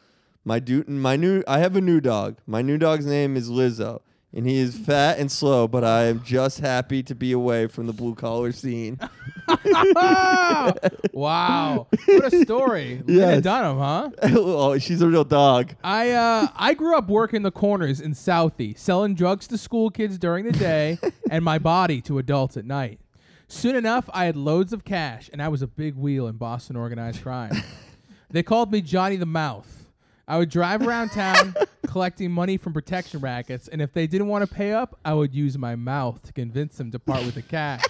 [SPEAKER 4] My dude, my new I have a new dog. My new dog's name is Lizzo. And he is fat and slow, but I am just happy to be away from the blue
[SPEAKER 3] *laughs*
[SPEAKER 4] collar scene. *laughs*
[SPEAKER 1] Ah! wow. What a
[SPEAKER 4] *laughs*
[SPEAKER 1] story. Lena
[SPEAKER 4] Yes.
[SPEAKER 1] Dunham, huh?
[SPEAKER 4] oh, she's a real dog.
[SPEAKER 1] I uh, I grew up working the corners in Southie, selling drugs to school kids during the day
[SPEAKER 4] *laughs*
[SPEAKER 1] and my body to adults at night. Soon enough, I had loads of cash and I was a big wheel in Boston organized crime. they called me Johnny the Mouth. I would drive around town collecting money from protection rackets, and if they didn't want to pay up, I would use my mouth to convince them to part with the cash.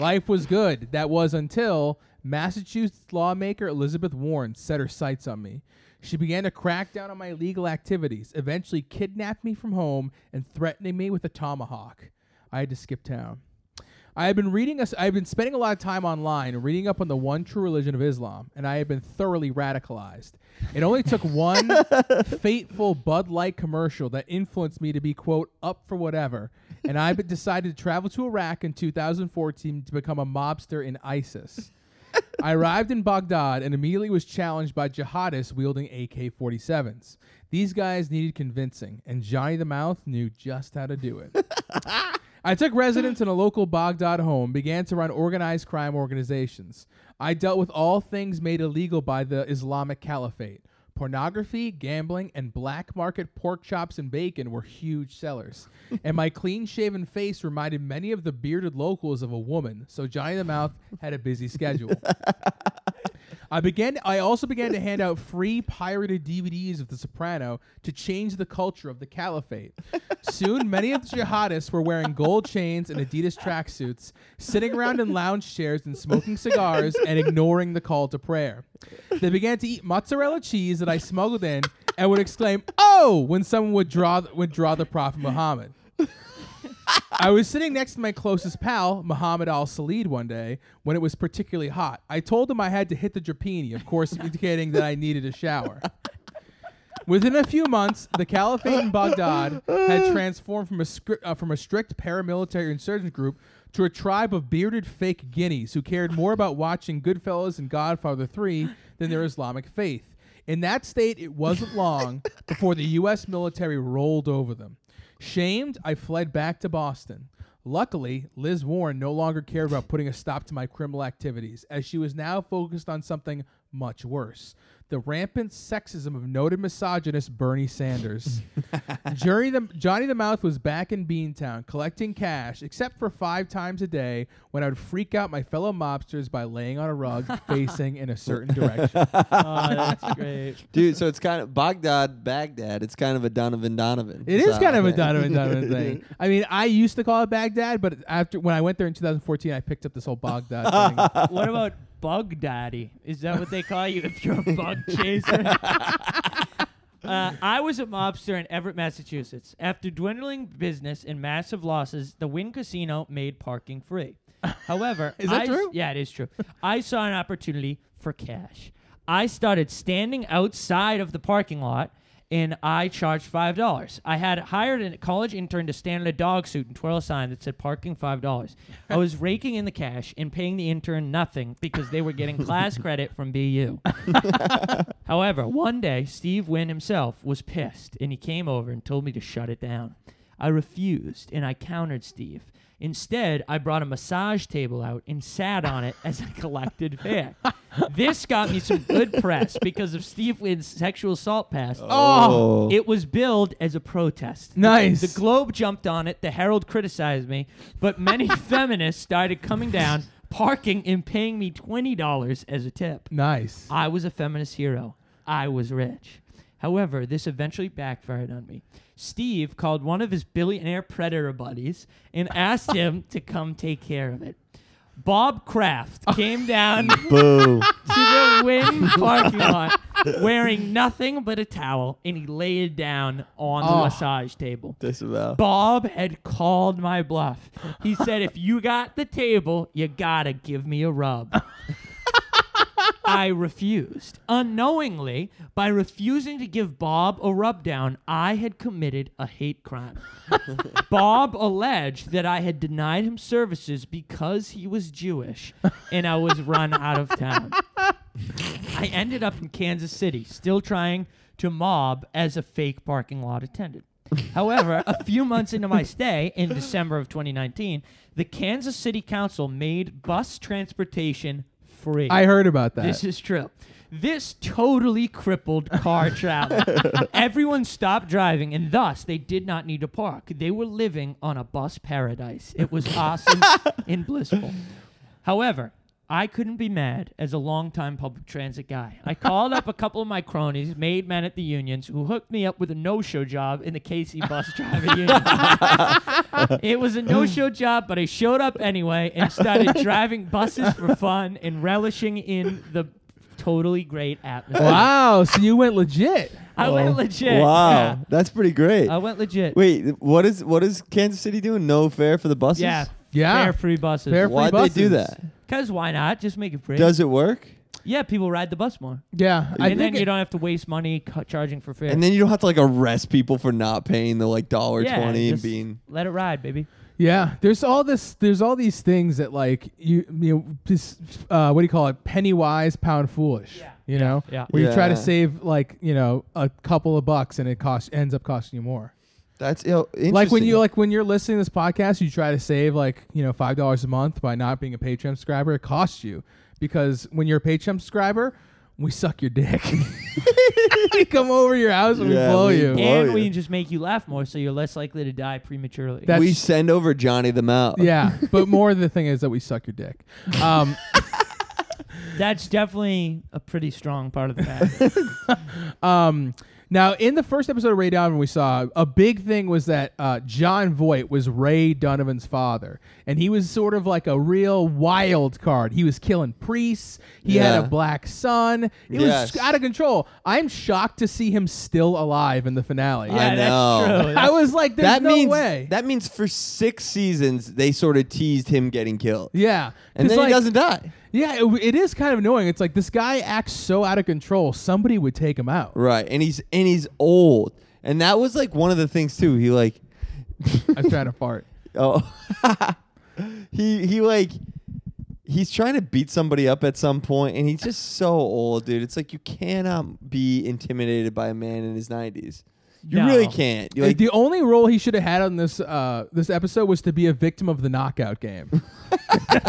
[SPEAKER 1] Life was good. That was until Massachusetts lawmaker Elizabeth Warren set her sights on me. She began to crack down on my illegal activities, eventually kidnapped me from home and threatening me with a tomahawk. I had to skip town. I have been reading. us- I have been spending a lot of time online and reading up on the one true religion of Islam, and I have been thoroughly radicalized. It only took one fateful Bud Light commercial that influenced me to be quote up for whatever, and I decided to travel to Iraq in 2014 to become a mobster in ISIS. I arrived in Baghdad and immediately was challenged by jihadists wielding AK 47s. These guys needed convincing, and Johnny the Mouth knew just how to do it. I took residence in a local Baghdad home, began to run organized crime organizations. I dealt with all things made illegal by the Islamic Caliphate. Pornography, gambling, and black market pork chops and bacon were huge sellers. and my clean shaven face reminded many of the bearded locals of a woman, so Johnny the Mouth had a busy schedule. I began. I also began to hand out free pirated DVDs of The Soprano to change the culture of the caliphate. Soon, many of the jihadists were wearing gold chains and Adidas tracksuits, sitting around in lounge chairs and smoking cigars and ignoring the call to prayer. They began to eat mozzarella cheese that I smuggled in and would exclaim "Oh!" when someone would draw would draw the Prophet Muhammad. I was sitting next to my closest pal, Muhammad Al Salid, one day when it was particularly hot. I told him I had to hit the Drapini, of course, indicating that I needed a shower. Within a few months, the Caliphate in Baghdad had transformed from a, scri- uh, from a strict paramilitary insurgent group to a tribe of bearded fake guineas who cared more about watching Goodfellas and Godfather 3 than their Islamic faith. In that state, it wasn't long before the U.S. military rolled over them. Shamed, I fled back to Boston. Luckily, Liz Warren no longer cared about putting a stop to my criminal activities, as she was now focused on something much worse the rampant sexism of noted misogynist Bernie Sanders. Johnny the, Johnny the Mouth was back in Beantown collecting cash, except for five times a day when I would freak out my fellow mobsters by laying on a rug facing in a certain direction.
[SPEAKER 3] Oh, that's great.
[SPEAKER 4] Dude, so it's kind of Baghdad, Baghdad. It's kind of a Donovan Donovan.
[SPEAKER 1] It is
[SPEAKER 4] style
[SPEAKER 1] kind of a
[SPEAKER 4] thing.
[SPEAKER 1] Donovan
[SPEAKER 4] *laughs*
[SPEAKER 1] Donovan thing. I mean, I used to call it Baghdad, but after when I went there in 2014, I picked up this whole Baghdad thing. Oh,
[SPEAKER 3] What about Bug Daddy? Is that what they call you if you're a
[SPEAKER 4] *laughs*
[SPEAKER 3] bug chaser? Uh, I was a mobster in Everett, Massachusetts. After dwindling business and massive losses, the Wynn Casino made
[SPEAKER 1] *laughs*
[SPEAKER 3] parking free. However,
[SPEAKER 1] Is that
[SPEAKER 3] I s-
[SPEAKER 1] true?
[SPEAKER 3] yeah, it is true. I saw an opportunity for cash. I started standing outside of the parking lot and I charged five dollars. I had hired a college intern to stand in a dog suit and twirl a sign that said parking five dollars. I was raking in the cash and paying the intern nothing because they were getting
[SPEAKER 1] *laughs*
[SPEAKER 3] class credit from BU. However, one day, Steve Wynn himself was pissed and he came over and told me to shut it down. I refused and I countered Steve. Instead, I brought a massage table out and sat on it as I
[SPEAKER 1] *laughs*
[SPEAKER 3] collected fare. this got me some good press because of Steve Wynn's sexual assault past.
[SPEAKER 1] Oh.
[SPEAKER 3] It was billed as a protest.
[SPEAKER 1] Nice.
[SPEAKER 3] The Globe jumped on it. The Herald criticized me, but
[SPEAKER 1] *laughs*
[SPEAKER 3] many feminists started coming down, parking, and paying me $20 as a tip.
[SPEAKER 1] Nice.
[SPEAKER 3] I was a feminist hero. I was rich. However, this eventually backfired on me. Steve called one of his billionaire predator buddies and asked him to come take care of it. Bob Kraft came down to
[SPEAKER 4] Boo.
[SPEAKER 3] the Wynn parking lot wearing nothing but a towel and he laid down on the
[SPEAKER 1] Oh.
[SPEAKER 3] massage table.
[SPEAKER 4] *laughs* Disavow.
[SPEAKER 3] Bob had called my bluff. He said, if you got the table, you gotta give me a rub. I refused. Unknowingly, by refusing to give Bob a rub down, I had committed a hate crime. Bob alleged that I had denied him services because he was Jewish and I was run out of town. I ended up in Kansas City, still trying to mob as a fake parking lot attendant. However, a few months into my stay in December of 2019, the Kansas City Council made bus transportation *laughs* free.
[SPEAKER 1] I heard about that.
[SPEAKER 3] This is true. This totally crippled car travel. Everyone stopped driving, and thus they did not need to park. They were living on a bus paradise. It was awesome and blissful. However, I couldn't be mad as a longtime public transit guy. I called up a couple of my cronies, made men at the unions, who hooked me up with a no show job in the KC bus driver union. It was a no
[SPEAKER 4] *laughs*
[SPEAKER 3] show job, but I showed up anyway and started driving buses for fun and relishing in the totally great
[SPEAKER 1] *laughs*
[SPEAKER 3] atmosphere.
[SPEAKER 1] wow. So you went legit.
[SPEAKER 3] I went legit.
[SPEAKER 4] Wow.
[SPEAKER 3] Yeah.
[SPEAKER 4] That's pretty great.
[SPEAKER 3] I went legit.
[SPEAKER 4] Wait, what is what is Kansas City doing? No fare for the buses?
[SPEAKER 3] Yeah.
[SPEAKER 1] Yeah.
[SPEAKER 3] Fare free buses.
[SPEAKER 1] Fair- free
[SPEAKER 4] Why'd they do
[SPEAKER 1] buses.
[SPEAKER 4] that?
[SPEAKER 3] Because why not? Just make it free.
[SPEAKER 4] Does it work?
[SPEAKER 3] yeah, people ride the bus more.
[SPEAKER 1] Yeah. I
[SPEAKER 3] and then
[SPEAKER 1] think
[SPEAKER 3] you
[SPEAKER 1] it-
[SPEAKER 3] don't have to waste money cu- charging for fare.
[SPEAKER 4] And then you don't have to like arrest people for not paying the like dollar
[SPEAKER 3] yeah,
[SPEAKER 4] twenty and
[SPEAKER 3] just
[SPEAKER 4] being
[SPEAKER 3] Let it ride, baby.
[SPEAKER 1] Yeah, there's all this. There's all these things that like you, you know, this. Uh, what do you call it? Penny wise, pound foolish.
[SPEAKER 3] Yeah.
[SPEAKER 1] You know,
[SPEAKER 3] Yeah.
[SPEAKER 1] where you try to
[SPEAKER 4] Yeah.
[SPEAKER 1] save like you know a couple of bucks and it costs ends up costing you more.
[SPEAKER 4] that's you know,
[SPEAKER 1] Like when
[SPEAKER 4] interesting.
[SPEAKER 1] you like when you're listening to this podcast, you try to save like you know five dollars a month by not being a Patreon subscriber. It costs you because when you're a Patreon subscriber, we suck your dick. *laughs* we come over your house and
[SPEAKER 4] Yeah,
[SPEAKER 1] we blow
[SPEAKER 4] we
[SPEAKER 1] you.
[SPEAKER 4] blow-
[SPEAKER 3] and
[SPEAKER 4] Oh, yeah.
[SPEAKER 3] we just make you laugh more, so you're less likely to die prematurely.
[SPEAKER 1] That-
[SPEAKER 4] we
[SPEAKER 1] that's-
[SPEAKER 4] send over Johnny the Mouth.
[SPEAKER 1] Yeah,
[SPEAKER 4] *laughs*
[SPEAKER 1] but more the thing is that we suck your dick. Um, *laughs*
[SPEAKER 3] That's definitely a pretty strong part of
[SPEAKER 4] *laughs*
[SPEAKER 3] the package.
[SPEAKER 1] Um, now, in the first episode of Ray Donovan, we saw a big thing was that uh, John Voight was Ray Donovan's father, and he was sort of like a real wild card. He was killing priests. He had
[SPEAKER 4] Yeah.
[SPEAKER 1] a black son. It
[SPEAKER 4] Yes.
[SPEAKER 1] was out of control. I'm shocked to see him still alive in the finale.
[SPEAKER 3] yeah,
[SPEAKER 4] I
[SPEAKER 3] that's
[SPEAKER 4] know.
[SPEAKER 3] true.
[SPEAKER 1] I was like, "There's
[SPEAKER 4] that
[SPEAKER 1] no
[SPEAKER 4] means
[SPEAKER 1] way."
[SPEAKER 4] that means for six seasons they sort of teased him getting killed,
[SPEAKER 1] yeah,
[SPEAKER 4] and
[SPEAKER 1] 'Cause,
[SPEAKER 4] then
[SPEAKER 1] like,
[SPEAKER 4] he doesn't die.
[SPEAKER 1] Yeah, it, it is kind of annoying. It's like this guy acts so out of control. Somebody would take him out.
[SPEAKER 4] *laughs* Right, and he's and he's old, and that was like one of the things too. He like,
[SPEAKER 1] I'm trying to fart.
[SPEAKER 4] oh, *laughs* he he like, he's trying to beat somebody up at some point, and he's just so old, dude. It's like you cannot be intimidated by a man in his nineties. You
[SPEAKER 3] No.
[SPEAKER 4] really can't. You
[SPEAKER 1] Like,
[SPEAKER 4] like,
[SPEAKER 1] the only role he should have had on this uh, this episode was to be a victim of the knockout
[SPEAKER 4] *laughs*
[SPEAKER 1] game.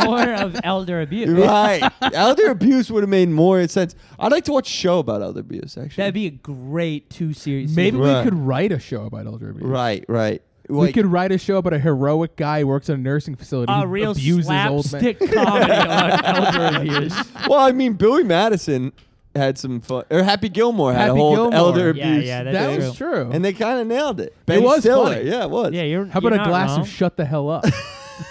[SPEAKER 3] or of *laughs* elder abuse. *laughs*
[SPEAKER 4] right? elder abuse would have made more sense. I'd like to watch a show about elder abuse. Actually,
[SPEAKER 3] That'd be a great two series.
[SPEAKER 1] Maybe we
[SPEAKER 4] Right.
[SPEAKER 1] could write a show about elder abuse.
[SPEAKER 4] right, right.
[SPEAKER 1] We
[SPEAKER 4] Like,
[SPEAKER 1] could write a show about a heroic guy who works at a nursing facility.
[SPEAKER 3] a
[SPEAKER 1] who
[SPEAKER 3] real
[SPEAKER 1] abuses old men.
[SPEAKER 3] slapstick
[SPEAKER 1] *laughs*
[SPEAKER 3] comedy on elder abuse.
[SPEAKER 4] well, I mean, Billy Madison had some fun, or Happy Gilmore had
[SPEAKER 1] Happy
[SPEAKER 4] a whole
[SPEAKER 1] Gilmore.
[SPEAKER 4] elder
[SPEAKER 3] Yeah,
[SPEAKER 4] abuse,
[SPEAKER 3] yeah,
[SPEAKER 1] That
[SPEAKER 3] That's
[SPEAKER 1] was true.
[SPEAKER 4] and they kind of nailed it. Ben
[SPEAKER 1] was
[SPEAKER 4] Stiller,
[SPEAKER 1] funny.
[SPEAKER 4] yeah, it was.
[SPEAKER 3] Yeah, you're.
[SPEAKER 1] How about
[SPEAKER 3] you're
[SPEAKER 1] a glass
[SPEAKER 3] not
[SPEAKER 1] of shut the hell
[SPEAKER 4] *laughs*
[SPEAKER 1] up?
[SPEAKER 3] wrong.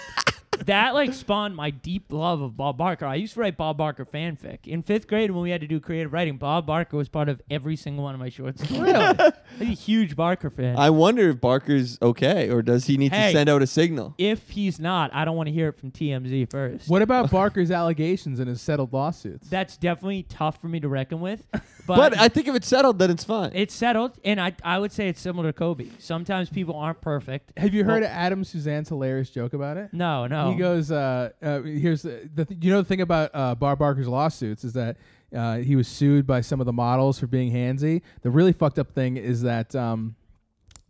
[SPEAKER 3] that? Like spawned my deep love of Bob Barker. I used to write Bob Barker fanfic in fifth grade when we had to do creative writing. Bob Barker was part of every single one of my short stories. *laughs*
[SPEAKER 1] really?
[SPEAKER 3] I'm a huge Barker fan.
[SPEAKER 4] I wonder if Barker's okay, or does he need
[SPEAKER 3] Hey.
[SPEAKER 4] to send out a signal?
[SPEAKER 3] if he's not, I don't want to hear it from TMZ first.
[SPEAKER 1] What about Barker's allegations and his settled lawsuits?
[SPEAKER 3] That's definitely tough for me to reckon
[SPEAKER 1] *laughs*
[SPEAKER 3] with.
[SPEAKER 4] But I think if it's settled, then it's fine.
[SPEAKER 3] it's settled, and I I would say it's similar to Kobe. Sometimes people aren't perfect. *laughs*
[SPEAKER 1] Have you heard
[SPEAKER 3] Well-
[SPEAKER 1] Adam Suzanne's hilarious joke about it?
[SPEAKER 3] No, no.
[SPEAKER 4] Oh.
[SPEAKER 1] He goes, uh, uh, here's the, the th- you know the thing about uh, Bar Barker's lawsuits is that uh, he was sued by some of the models for being handsy. The really fucked up thing is that um,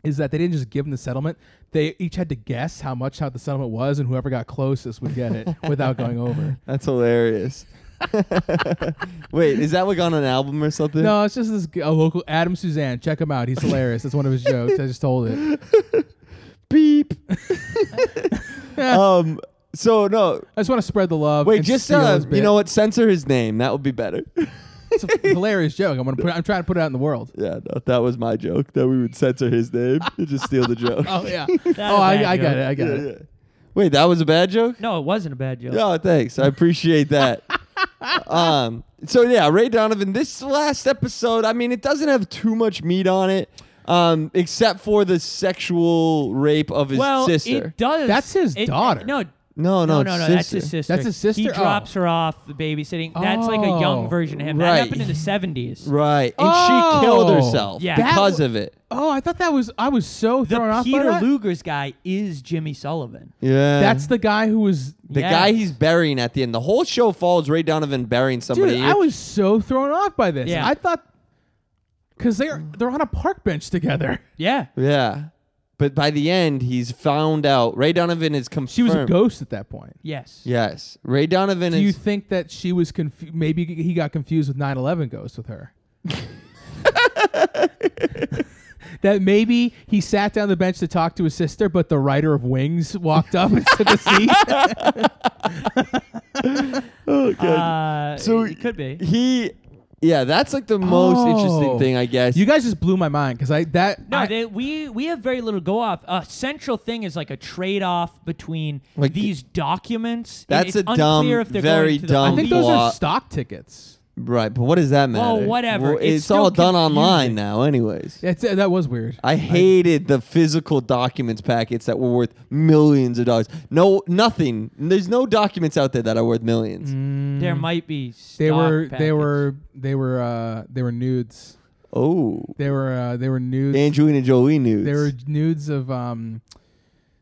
[SPEAKER 1] is that they didn't just give them the settlement. They each had to guess how much how the settlement was, and whoever got closest would
[SPEAKER 4] *laughs*
[SPEAKER 1] get it without going over.
[SPEAKER 4] That's hilarious. *laughs* Wait, is that like on an album or something?
[SPEAKER 1] No, it's just this g- a local Adam Suzanne. Check him out. He's hilarious. That's one of his jokes. I just told
[SPEAKER 4] *laughs*
[SPEAKER 1] it. *laughs*
[SPEAKER 4] Beep. um. So no.
[SPEAKER 1] I just want to spread the love.
[SPEAKER 4] Wait,
[SPEAKER 1] and
[SPEAKER 4] just
[SPEAKER 1] steal
[SPEAKER 4] uh,
[SPEAKER 1] his
[SPEAKER 4] you
[SPEAKER 1] bit.
[SPEAKER 4] know what? Censor his name. That would be better. *laughs*
[SPEAKER 1] It's a hilarious joke. I'm gonna put. I'm trying to put it out in the
[SPEAKER 4] *laughs*
[SPEAKER 1] world.
[SPEAKER 4] yeah, no, that was my joke. That we would censor his name and just steal the joke.
[SPEAKER 1] *laughs* Oh yeah.
[SPEAKER 3] Not a
[SPEAKER 1] oh, I,
[SPEAKER 3] bad
[SPEAKER 1] I got
[SPEAKER 3] joke.
[SPEAKER 1] it. I got
[SPEAKER 4] *laughs* Yeah,
[SPEAKER 1] it.
[SPEAKER 4] yeah. Wait, that was a bad joke.
[SPEAKER 3] No, it wasn't a bad
[SPEAKER 4] *laughs*
[SPEAKER 3] joke.
[SPEAKER 4] No, Oh, thanks. I
[SPEAKER 1] *laughs*
[SPEAKER 4] appreciate that. um, so yeah, Ray Donovan. This last episode, I mean, it doesn't have too much meat on it, um, except for the sexual rape of his
[SPEAKER 3] well,
[SPEAKER 4] sister.
[SPEAKER 3] it does.
[SPEAKER 1] That's his
[SPEAKER 3] it-
[SPEAKER 1] daughter.
[SPEAKER 3] No,
[SPEAKER 4] no,
[SPEAKER 3] no,
[SPEAKER 4] no,
[SPEAKER 3] no, no.
[SPEAKER 4] sister.
[SPEAKER 3] That's his sister.
[SPEAKER 1] That's his sister?
[SPEAKER 3] He
[SPEAKER 1] Oh.
[SPEAKER 3] drops her off the babysitting. That's like a
[SPEAKER 1] Oh,
[SPEAKER 3] young version of him.
[SPEAKER 4] right.
[SPEAKER 3] That happened in the seventies.
[SPEAKER 4] Right, and
[SPEAKER 1] Oh.
[SPEAKER 4] she killed herself
[SPEAKER 3] Yeah. That
[SPEAKER 4] because
[SPEAKER 1] wa-
[SPEAKER 4] of it.
[SPEAKER 1] Oh, I thought that was. I was so
[SPEAKER 3] The
[SPEAKER 1] thrown off by
[SPEAKER 3] Peter
[SPEAKER 1] that.
[SPEAKER 3] Luger's guy is Jimmy Sullivan.
[SPEAKER 4] Yeah,
[SPEAKER 1] That's the guy who was.
[SPEAKER 4] the
[SPEAKER 3] Yeah.
[SPEAKER 4] guy he's burying at the end. The whole show follows Ray Donovan burying somebody.
[SPEAKER 1] Dude, I was so thrown off by this.
[SPEAKER 3] Yeah.
[SPEAKER 1] I thought because they're they're on a park bench together. *laughs*
[SPEAKER 3] Yeah.
[SPEAKER 4] yeah, but by the end, he's found out. Ray Donovan is confirmed.
[SPEAKER 1] She was a ghost at that point.
[SPEAKER 3] Yes.
[SPEAKER 4] Yes, Ray Donovan
[SPEAKER 1] Do
[SPEAKER 4] is.
[SPEAKER 1] you think that she was confused? Maybe he got confused with 9/11 ghost with her. that maybe he sat down the bench to talk to his sister, but the writer of Wings walked up and took a seat.
[SPEAKER 3] Uh,
[SPEAKER 4] So-
[SPEAKER 3] it could be.
[SPEAKER 4] he yeah that's like the most interesting
[SPEAKER 1] Oh.
[SPEAKER 4] thing i guess
[SPEAKER 1] you guys just blew my mind because I that
[SPEAKER 3] No,
[SPEAKER 1] I-
[SPEAKER 3] they, we we have very little go off. A central thing is like a trade off between
[SPEAKER 4] Like the-
[SPEAKER 3] these documents. and
[SPEAKER 4] That's
[SPEAKER 3] it's
[SPEAKER 4] a dumb,
[SPEAKER 3] unclear if they're
[SPEAKER 4] very
[SPEAKER 3] going to
[SPEAKER 4] dumb
[SPEAKER 1] I think
[SPEAKER 3] The
[SPEAKER 1] those are
[SPEAKER 4] Blah.
[SPEAKER 1] stock tickets.
[SPEAKER 4] right but what does that matter
[SPEAKER 3] Well, whatever. It's
[SPEAKER 4] it's, all
[SPEAKER 3] still
[SPEAKER 4] done online
[SPEAKER 3] confusing.
[SPEAKER 4] now anyways
[SPEAKER 1] That's, that was weird.
[SPEAKER 4] i hated the physical documents packets that were worth millions of dollars no nothing there's no documents out there that are worth millions
[SPEAKER 3] there might be. Stock
[SPEAKER 1] They were they
[SPEAKER 3] packets.
[SPEAKER 1] were they were uh they were nudes.
[SPEAKER 4] oh
[SPEAKER 1] They were uh they were nudes.
[SPEAKER 4] angelina jolie news
[SPEAKER 1] They were nudes of um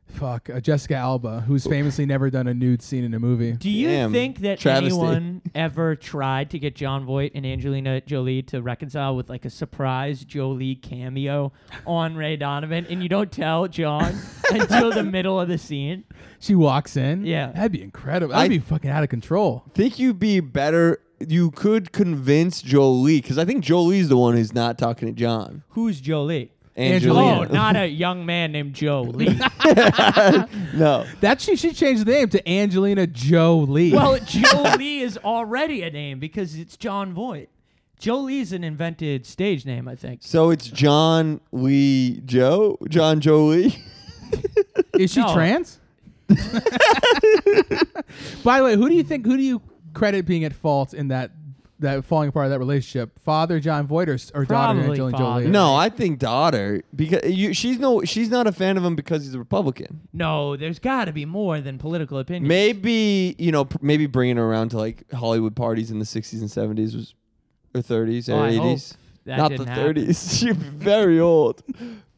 [SPEAKER 1] fuck, uh, Jessica Alba who's famously never done a nude scene in a movie.
[SPEAKER 3] Do you
[SPEAKER 4] Damn,
[SPEAKER 3] think that
[SPEAKER 4] travesty. *laughs*
[SPEAKER 3] anyone ever tried to get John Voight and Angelina Jolie to reconcile with like a surprise Jolie cameo on Ray Donovan, and you don't tell John
[SPEAKER 4] *laughs*
[SPEAKER 3] until the middle of the scene?
[SPEAKER 1] She walks in.
[SPEAKER 3] Yeah.
[SPEAKER 1] That'd be incredible. That'd
[SPEAKER 4] I-
[SPEAKER 1] be fucking out of control.
[SPEAKER 4] think you'd be better you could convince jolie because i think jolie's the one who's not talking to john
[SPEAKER 3] Who's Jolie?
[SPEAKER 1] Angelina.
[SPEAKER 3] Oh, not a young man named
[SPEAKER 4] *laughs*
[SPEAKER 3] Jolie.
[SPEAKER 4] no
[SPEAKER 1] That she should change the name to Angelina Jolie.
[SPEAKER 4] *laughs*
[SPEAKER 3] well, Jolie is already a name because it's John Voight. Jolie's an invented stage name, I think.
[SPEAKER 4] so it's john lee joe john jolie *laughs*
[SPEAKER 1] is she
[SPEAKER 3] no. *laughs*
[SPEAKER 1] trans? By the way, who do you think who do you credit being at fault in that that falling apart of that relationship? Father John Voight or, s- or daughter
[SPEAKER 3] Probably
[SPEAKER 1] Angelina
[SPEAKER 3] father.
[SPEAKER 1] Jolie?
[SPEAKER 4] No, I think daughter because you, she's no she's not a fan of him because he's a Republican.
[SPEAKER 3] No, there's got to be more than political opinion.
[SPEAKER 4] Maybe you know pr- maybe bringing her around to like Hollywood parties in the 60s and 70s was or 30s
[SPEAKER 3] Oh,
[SPEAKER 4] or
[SPEAKER 3] I hope
[SPEAKER 4] 80s.
[SPEAKER 3] that
[SPEAKER 4] not
[SPEAKER 3] didn't
[SPEAKER 4] the
[SPEAKER 3] happen.
[SPEAKER 4] 30s. *laughs* She'd be very old.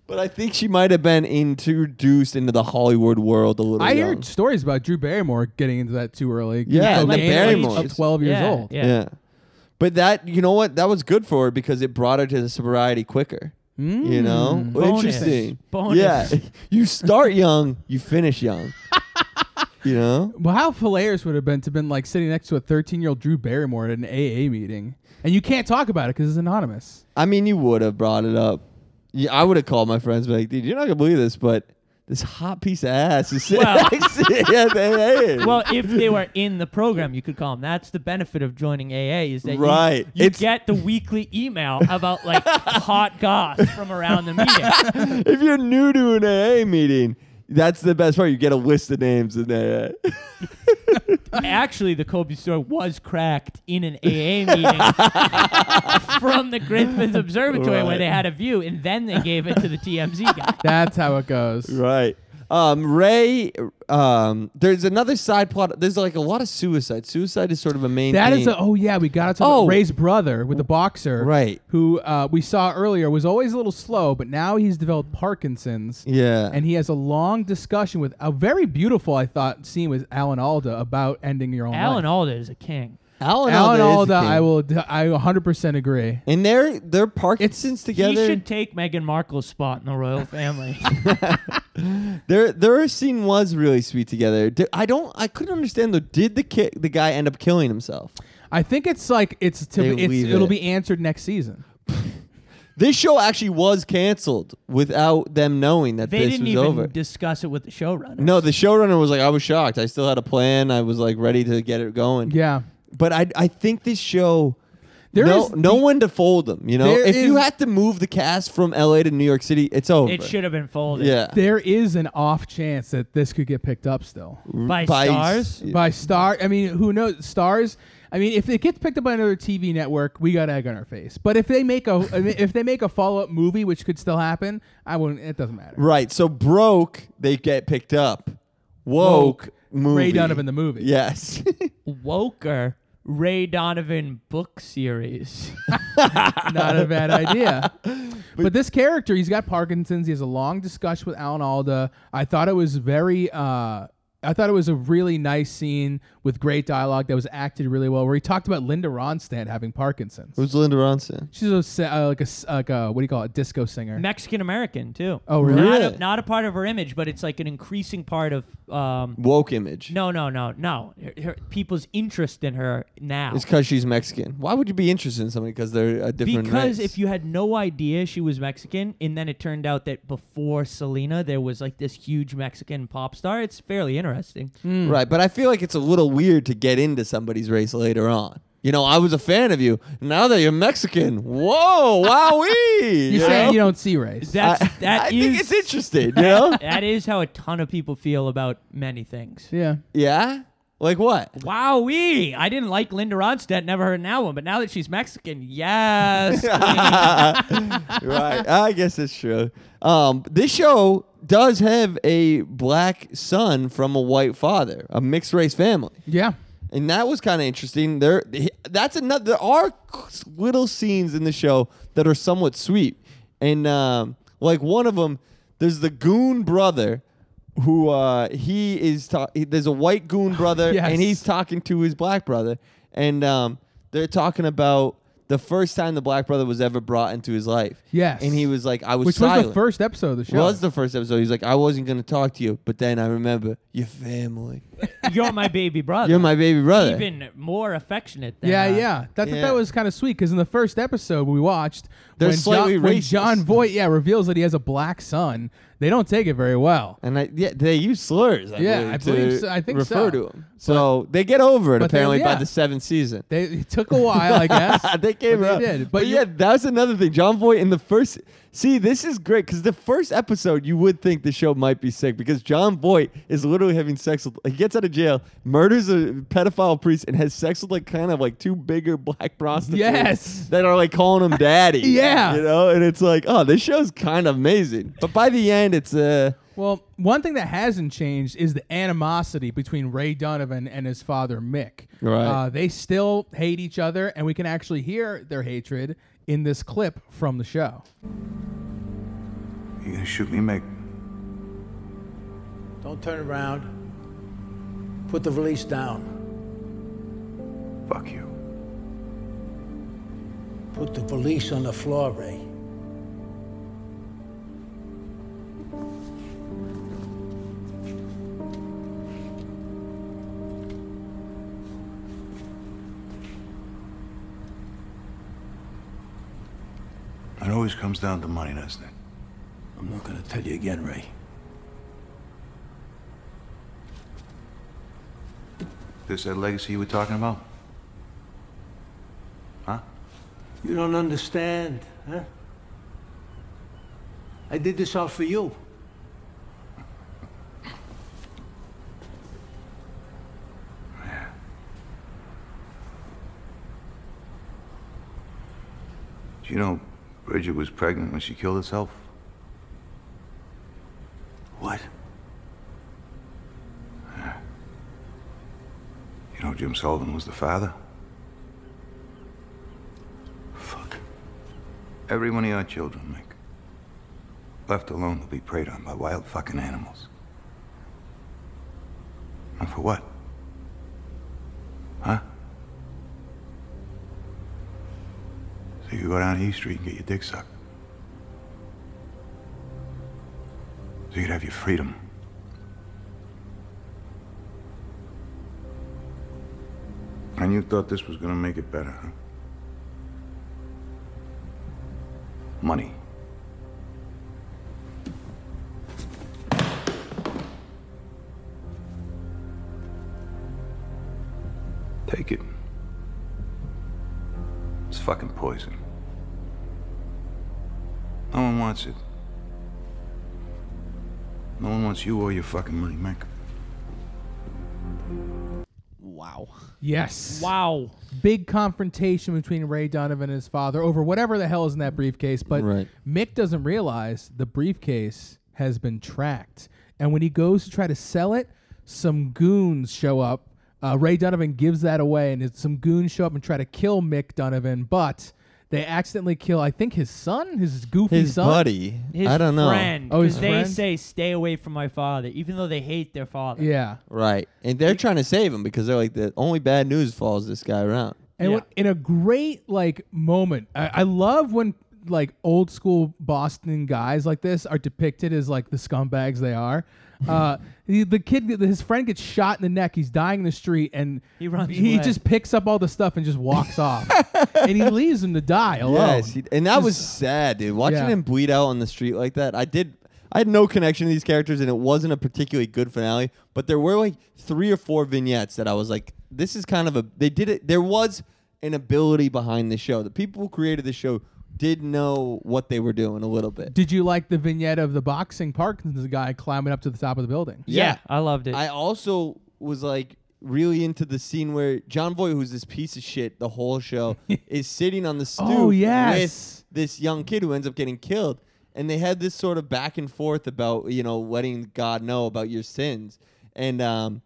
[SPEAKER 4] But I think she might have been introduced into the Hollywood world a little.
[SPEAKER 1] I
[SPEAKER 4] young.
[SPEAKER 1] heard stories about Drew Barrymore getting into that too early.
[SPEAKER 4] Yeah,
[SPEAKER 1] Cocaine
[SPEAKER 3] like
[SPEAKER 1] at the age
[SPEAKER 3] Barrymore.
[SPEAKER 1] of twelve years
[SPEAKER 3] Yeah,
[SPEAKER 1] old.
[SPEAKER 3] yeah.
[SPEAKER 4] Yeah. But that you know what that was good for her because it brought her to the sobriety quicker.
[SPEAKER 1] Hmm.
[SPEAKER 4] You know,
[SPEAKER 1] Mm.
[SPEAKER 3] Bonus.
[SPEAKER 4] interesting.
[SPEAKER 3] Bonus.
[SPEAKER 4] Yeah, *laughs* you start young, you finish young. *laughs* you know.
[SPEAKER 1] Well, how hilarious would it have been to have been like sitting next to a thirteen-year-old Drew Barrymore at an AA meeting, and you can't talk about it because it's anonymous.
[SPEAKER 4] I mean, you would have brought it up. Yeah, I would have called my friends, and be like, dude, you're not gonna believe this, but this hot piece of ass is sitting
[SPEAKER 3] Well-
[SPEAKER 4] next to me at the end."
[SPEAKER 3] well, if they were in the program, you could call them. That's the benefit of joining AA is that you-
[SPEAKER 4] Right.
[SPEAKER 3] you,
[SPEAKER 4] It's-
[SPEAKER 3] get the weekly email about
[SPEAKER 4] *laughs*
[SPEAKER 3] like hot goss from around the meeting.
[SPEAKER 4] if you're new to an AA meeting, that's the best part. You get a list of names in AA.
[SPEAKER 3] Actually, the Kobe store was cracked in an
[SPEAKER 4] *laughs*
[SPEAKER 3] AA meeting from the Griffith Observatory where
[SPEAKER 4] Right.
[SPEAKER 3] they had a view, and then they gave it to the TMZ
[SPEAKER 4] *laughs*
[SPEAKER 3] guy.
[SPEAKER 1] That's how it goes.
[SPEAKER 4] *laughs* right. Um, Ray, um, there's another side plot. There's like a lot of suicide. Suicide is sort of a main.
[SPEAKER 1] That is
[SPEAKER 4] theme.
[SPEAKER 1] a oh yeah we gotta talk
[SPEAKER 4] Oh.
[SPEAKER 1] about Ray's brother with the boxer
[SPEAKER 4] Right.
[SPEAKER 1] who uh, we saw earlier was always a little slow but now he's developed Parkinson's
[SPEAKER 4] yeah.
[SPEAKER 1] and he has a long discussion with a very beautiful I thought scene with Alan Alda about ending your own
[SPEAKER 3] Alan
[SPEAKER 1] life.
[SPEAKER 3] Alda is a king.
[SPEAKER 4] Alan,
[SPEAKER 1] Alan
[SPEAKER 4] Alda is the
[SPEAKER 1] Alda,
[SPEAKER 4] king.
[SPEAKER 1] I will. d- I 100% agree.
[SPEAKER 4] And they're they're Parkinson's
[SPEAKER 3] He
[SPEAKER 4] together.
[SPEAKER 3] should take Meghan Markle's spot in the royal
[SPEAKER 4] *laughs*
[SPEAKER 3] family.
[SPEAKER 4] Their their scene was really sweet together. Di- I don't I couldn't understand though. Did the ki- the guy end up killing himself?
[SPEAKER 1] I think it's like it's to
[SPEAKER 4] They
[SPEAKER 1] be, it's,
[SPEAKER 4] leave
[SPEAKER 1] it'll
[SPEAKER 4] it.
[SPEAKER 1] be answered next season.
[SPEAKER 4] This show actually was canceled without them knowing that
[SPEAKER 3] they
[SPEAKER 4] this
[SPEAKER 3] didn't
[SPEAKER 4] was
[SPEAKER 3] even
[SPEAKER 4] over.
[SPEAKER 3] discuss it with the showrunner.
[SPEAKER 4] no, the showrunner was like, I was shocked. I still had a plan. I was like ready to get it going.
[SPEAKER 1] Yeah.
[SPEAKER 4] But I I think this show
[SPEAKER 1] There
[SPEAKER 4] no
[SPEAKER 1] is
[SPEAKER 4] no one to fold them. You know,
[SPEAKER 1] There
[SPEAKER 4] if you
[SPEAKER 1] is-
[SPEAKER 4] had to move the cast from L.A. to New York City, it's over.
[SPEAKER 3] It should have been folded.
[SPEAKER 4] Yeah.
[SPEAKER 1] There is an off chance that this could get picked up still.
[SPEAKER 3] By, stars.
[SPEAKER 1] By Star, I mean, who knows? Stars. I mean, if it gets picked up by another TV network, we got egg on our face. But if they make a I mean, if they make a follow up movie, which could still happen, I wouldn't. It doesn't matter.
[SPEAKER 4] Right. So broke, they get picked up. Woke,
[SPEAKER 1] Woke,
[SPEAKER 4] movie.
[SPEAKER 1] Ray Donovan the movie.
[SPEAKER 4] Yes. *laughs*
[SPEAKER 3] Woker Ray Donovan book series. *laughs*
[SPEAKER 1] Not a bad
[SPEAKER 4] *laughs*
[SPEAKER 1] idea. But, this character, he's got Parkinson's. He has a long discussion with Alan Alda. I thought it was very. Uh, I thought it was a really nice scene with great dialogue that was acted really well, where he talked about Linda Ronstadt having Parkinson's.
[SPEAKER 4] Who's Linda Ronson?
[SPEAKER 1] She's a, sa- uh, like a s- like a what do you call it? Disco singer.
[SPEAKER 3] Mexican American too.
[SPEAKER 1] Oh, really?
[SPEAKER 3] Not a,
[SPEAKER 4] Really?
[SPEAKER 3] not a part of her image, but it's like an increasing part of. Um,
[SPEAKER 4] Woke image.
[SPEAKER 3] no, no, no, no. Her, her- people's interest in her now.
[SPEAKER 4] It's because she's Mexican. Why would you be interested in somebody because they're a different
[SPEAKER 3] Because
[SPEAKER 4] race?
[SPEAKER 3] if you had no idea she was Mexican, and then it turned out that before Selena there was like this huge Mexican pop star, it's fairly interesting.
[SPEAKER 4] Hmm. Right, but I feel like it's a little weird to get into somebody's race later on. You know, I was a fan of you. Now that you're Mexican, whoa, wowee!
[SPEAKER 1] You're saying you don't see race.
[SPEAKER 3] That's
[SPEAKER 4] I,
[SPEAKER 3] that
[SPEAKER 4] I think
[SPEAKER 3] is-
[SPEAKER 4] it's interesting, you know?
[SPEAKER 3] that is how a ton of people feel about many things.
[SPEAKER 1] yeah.
[SPEAKER 4] yeah? Like what?
[SPEAKER 3] Wowee! I didn't like Linda Ronstadt, never heard an album, but now that she's Mexican, yes.
[SPEAKER 4] *laughs* right. I guess it's true. Um, this show does have a black son from a white father, a mixed race family,
[SPEAKER 1] Yeah.
[SPEAKER 4] and that was kind of interesting. There, that's another. There are little scenes in the show that are somewhat sweet, and um, like one of them, there's the goon brother. Who uh, he is? Ta- he- there's a white goon brother,
[SPEAKER 1] *laughs* Yes.
[SPEAKER 4] and he's talking to his black brother, and um, they're talking about the first time the black brother was ever brought into his life.
[SPEAKER 1] Yes.
[SPEAKER 4] And he was like, I was
[SPEAKER 1] Which was
[SPEAKER 4] silent.
[SPEAKER 1] the first episode of the show.
[SPEAKER 4] Was the first episode. He's like, I wasn't gonna talk to you, but then I remember
[SPEAKER 1] *laughs*
[SPEAKER 4] your family.
[SPEAKER 3] You're my baby brother.
[SPEAKER 4] You're my baby brother.
[SPEAKER 3] even more affectionate. Than
[SPEAKER 1] yeah,
[SPEAKER 3] uh,
[SPEAKER 1] yeah. That,
[SPEAKER 4] Yeah.
[SPEAKER 1] that was kind of sweet because in the first episode we watched,
[SPEAKER 4] They're
[SPEAKER 1] when,
[SPEAKER 4] slightly
[SPEAKER 1] John, when
[SPEAKER 4] racist.
[SPEAKER 1] John Voight yeah reveals that he has a black son, they don't take it very well.
[SPEAKER 4] and I, yeah, they use slurs. I
[SPEAKER 1] Yeah,
[SPEAKER 4] believe,
[SPEAKER 1] I believe
[SPEAKER 4] to
[SPEAKER 1] so- I think
[SPEAKER 4] refer
[SPEAKER 1] so.
[SPEAKER 4] to him. So they get over it
[SPEAKER 1] but they-
[SPEAKER 4] apparently
[SPEAKER 1] yeah.
[SPEAKER 4] by the seventh season.
[SPEAKER 1] They it took a while, I guess.
[SPEAKER 4] *laughs* they gave
[SPEAKER 1] but
[SPEAKER 4] it up.
[SPEAKER 1] They did.
[SPEAKER 4] But,
[SPEAKER 1] But, you-
[SPEAKER 4] yeah, that was another thing. John Voight in the first. See, this is great because the first episode, you would think the show might be sick because John Voight is literally having sex with. He gets out of jail, murders a pedophile priest, and has sex with like kind of like two bigger black prostitutes.
[SPEAKER 1] Yes.
[SPEAKER 4] That are like calling him daddy.
[SPEAKER 1] *laughs* Yeah.
[SPEAKER 4] You know, and it's like, oh, this show's kind of amazing. But by the end, it's uh,
[SPEAKER 1] Well, one thing that hasn't changed is the animosity between Ray Donovan and his father Mick.
[SPEAKER 4] Right.
[SPEAKER 1] Uh, they still hate each other, and we can actually hear their hatred in this clip from the show.
[SPEAKER 5] You gonna shoot me, Meg?
[SPEAKER 6] Don't turn around. Put the valise down.
[SPEAKER 5] Fuck you.
[SPEAKER 6] Put the valise on the floor, Ray.
[SPEAKER 5] It always comes down to money, doesn't it?
[SPEAKER 6] I'm not gonna tell you again, Ray.
[SPEAKER 5] This that legacy you were talking about? Huh?
[SPEAKER 6] You don't understand, huh? I did this all for you.
[SPEAKER 5] Do you know Bridget was pregnant when she killed herself?
[SPEAKER 6] What?
[SPEAKER 5] You know Jim Sullivan was the father?
[SPEAKER 6] Fuck.
[SPEAKER 5] Every one of your children, Mick. Left alone, they'll be preyed on by wild fucking animals. And for what? Huh? So you go down E Street and get your dick sucked. So you could have your freedom. And you thought this was gonna make it better, huh? Money. Take it. It's fucking poison. No one wants it. No one wants you or your fucking money, Mac.
[SPEAKER 4] Wow.
[SPEAKER 1] Yes.
[SPEAKER 3] Wow.
[SPEAKER 1] Big confrontation between Ray Donovan and his father over whatever the hell is in that briefcase. But
[SPEAKER 4] Right.
[SPEAKER 1] Mick doesn't realize the briefcase has been tracked. And when he goes to try to sell it, some goons show up. Uh, Ray Donovan gives that away, and it's some goons show up and try to kill Mick Donovan, but they accidentally kill, I think, his son, his goofy
[SPEAKER 4] His
[SPEAKER 1] son.
[SPEAKER 4] buddy.
[SPEAKER 3] His
[SPEAKER 4] I don't know.
[SPEAKER 3] Friend,
[SPEAKER 1] Oh, his
[SPEAKER 3] 'cause they
[SPEAKER 1] friend?
[SPEAKER 3] say stay away from my father, even though they hate their father.
[SPEAKER 1] Yeah.
[SPEAKER 4] Right. And they're trying to save him because they're like the only bad news falls this guy around.
[SPEAKER 1] And
[SPEAKER 3] Yeah.
[SPEAKER 1] what, in a great like moment, I, I love when like old school Boston guys like this are depicted as like the scumbags they are. Uh, the, the kid, his friend gets shot in the neck. He's dying in the street, and
[SPEAKER 3] He runs
[SPEAKER 1] He
[SPEAKER 3] away.
[SPEAKER 1] just picks up all the stuff and just walks off, and he leaves him to die alone.
[SPEAKER 4] Yes, he- and that was sad, dude. Watching
[SPEAKER 1] Yeah.
[SPEAKER 4] him bleed out on the street like that, I did. I had no connection to these characters, and it wasn't a particularly good finale. But there were like three or four vignettes that I was like, "This is kind of a." They did it. There was an ability behind the show. The people who created the show did know what they were doing a little bit.
[SPEAKER 1] Did you like the vignette of the boxing Parkinson's guy climbing up to the top of the building?
[SPEAKER 3] Yeah,
[SPEAKER 4] Yeah.
[SPEAKER 3] I loved it.
[SPEAKER 4] I also was like really into the scene where John Boy, who's this piece of shit the whole show, is sitting on the stoop
[SPEAKER 1] Oh, yes.
[SPEAKER 4] with this young kid who ends up getting killed. And they had this sort of back and forth about, you know, letting God know about your sins. And um,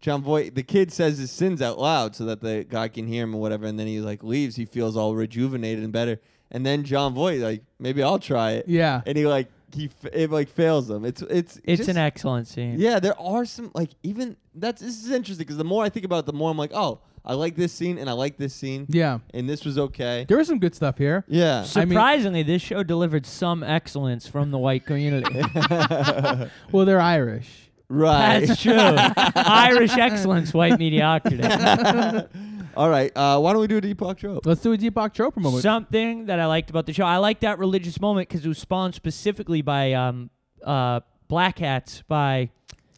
[SPEAKER 4] John Boy, the kid says his sins out loud so that the guy can hear him or whatever. And then he like leaves. He feels all rejuvenated and better. And then John Boy, like, maybe I'll try it.
[SPEAKER 1] Yeah.
[SPEAKER 4] And he like, he f- it like fails him. It's it's
[SPEAKER 3] it's
[SPEAKER 4] just-
[SPEAKER 3] an excellent scene.
[SPEAKER 4] yeah, there are some like even that's this is interesting because the more I think about it, the more I'm like, oh, I like this scene and I like this scene.
[SPEAKER 1] Yeah.
[SPEAKER 4] and this was okay.
[SPEAKER 1] There was some good stuff here. I
[SPEAKER 4] Yeah,
[SPEAKER 1] mean-
[SPEAKER 3] Surprisingly, this show delivered some excellence from the white
[SPEAKER 4] *laughs*
[SPEAKER 3] community.
[SPEAKER 1] Well, they're Irish.
[SPEAKER 4] right.
[SPEAKER 3] That's true. Irish excellence, white mediocrity.
[SPEAKER 4] *laughs* All right, uh, why don't we do a Deepak trope?
[SPEAKER 1] Let's do a Deepak Chopra moment.
[SPEAKER 3] Something that I liked about the show, I liked that religious moment because it was spawned specifically by um, uh, black hats, by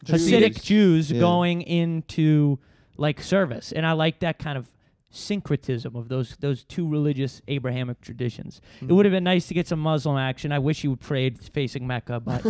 [SPEAKER 3] Hasidic Jews
[SPEAKER 4] Yeah.
[SPEAKER 3] going into like service, and I like that kind of syncretism of those those two religious Abrahamic traditions. It would have been nice to get some Muslim action. I wish he would prayed facing Mecca, but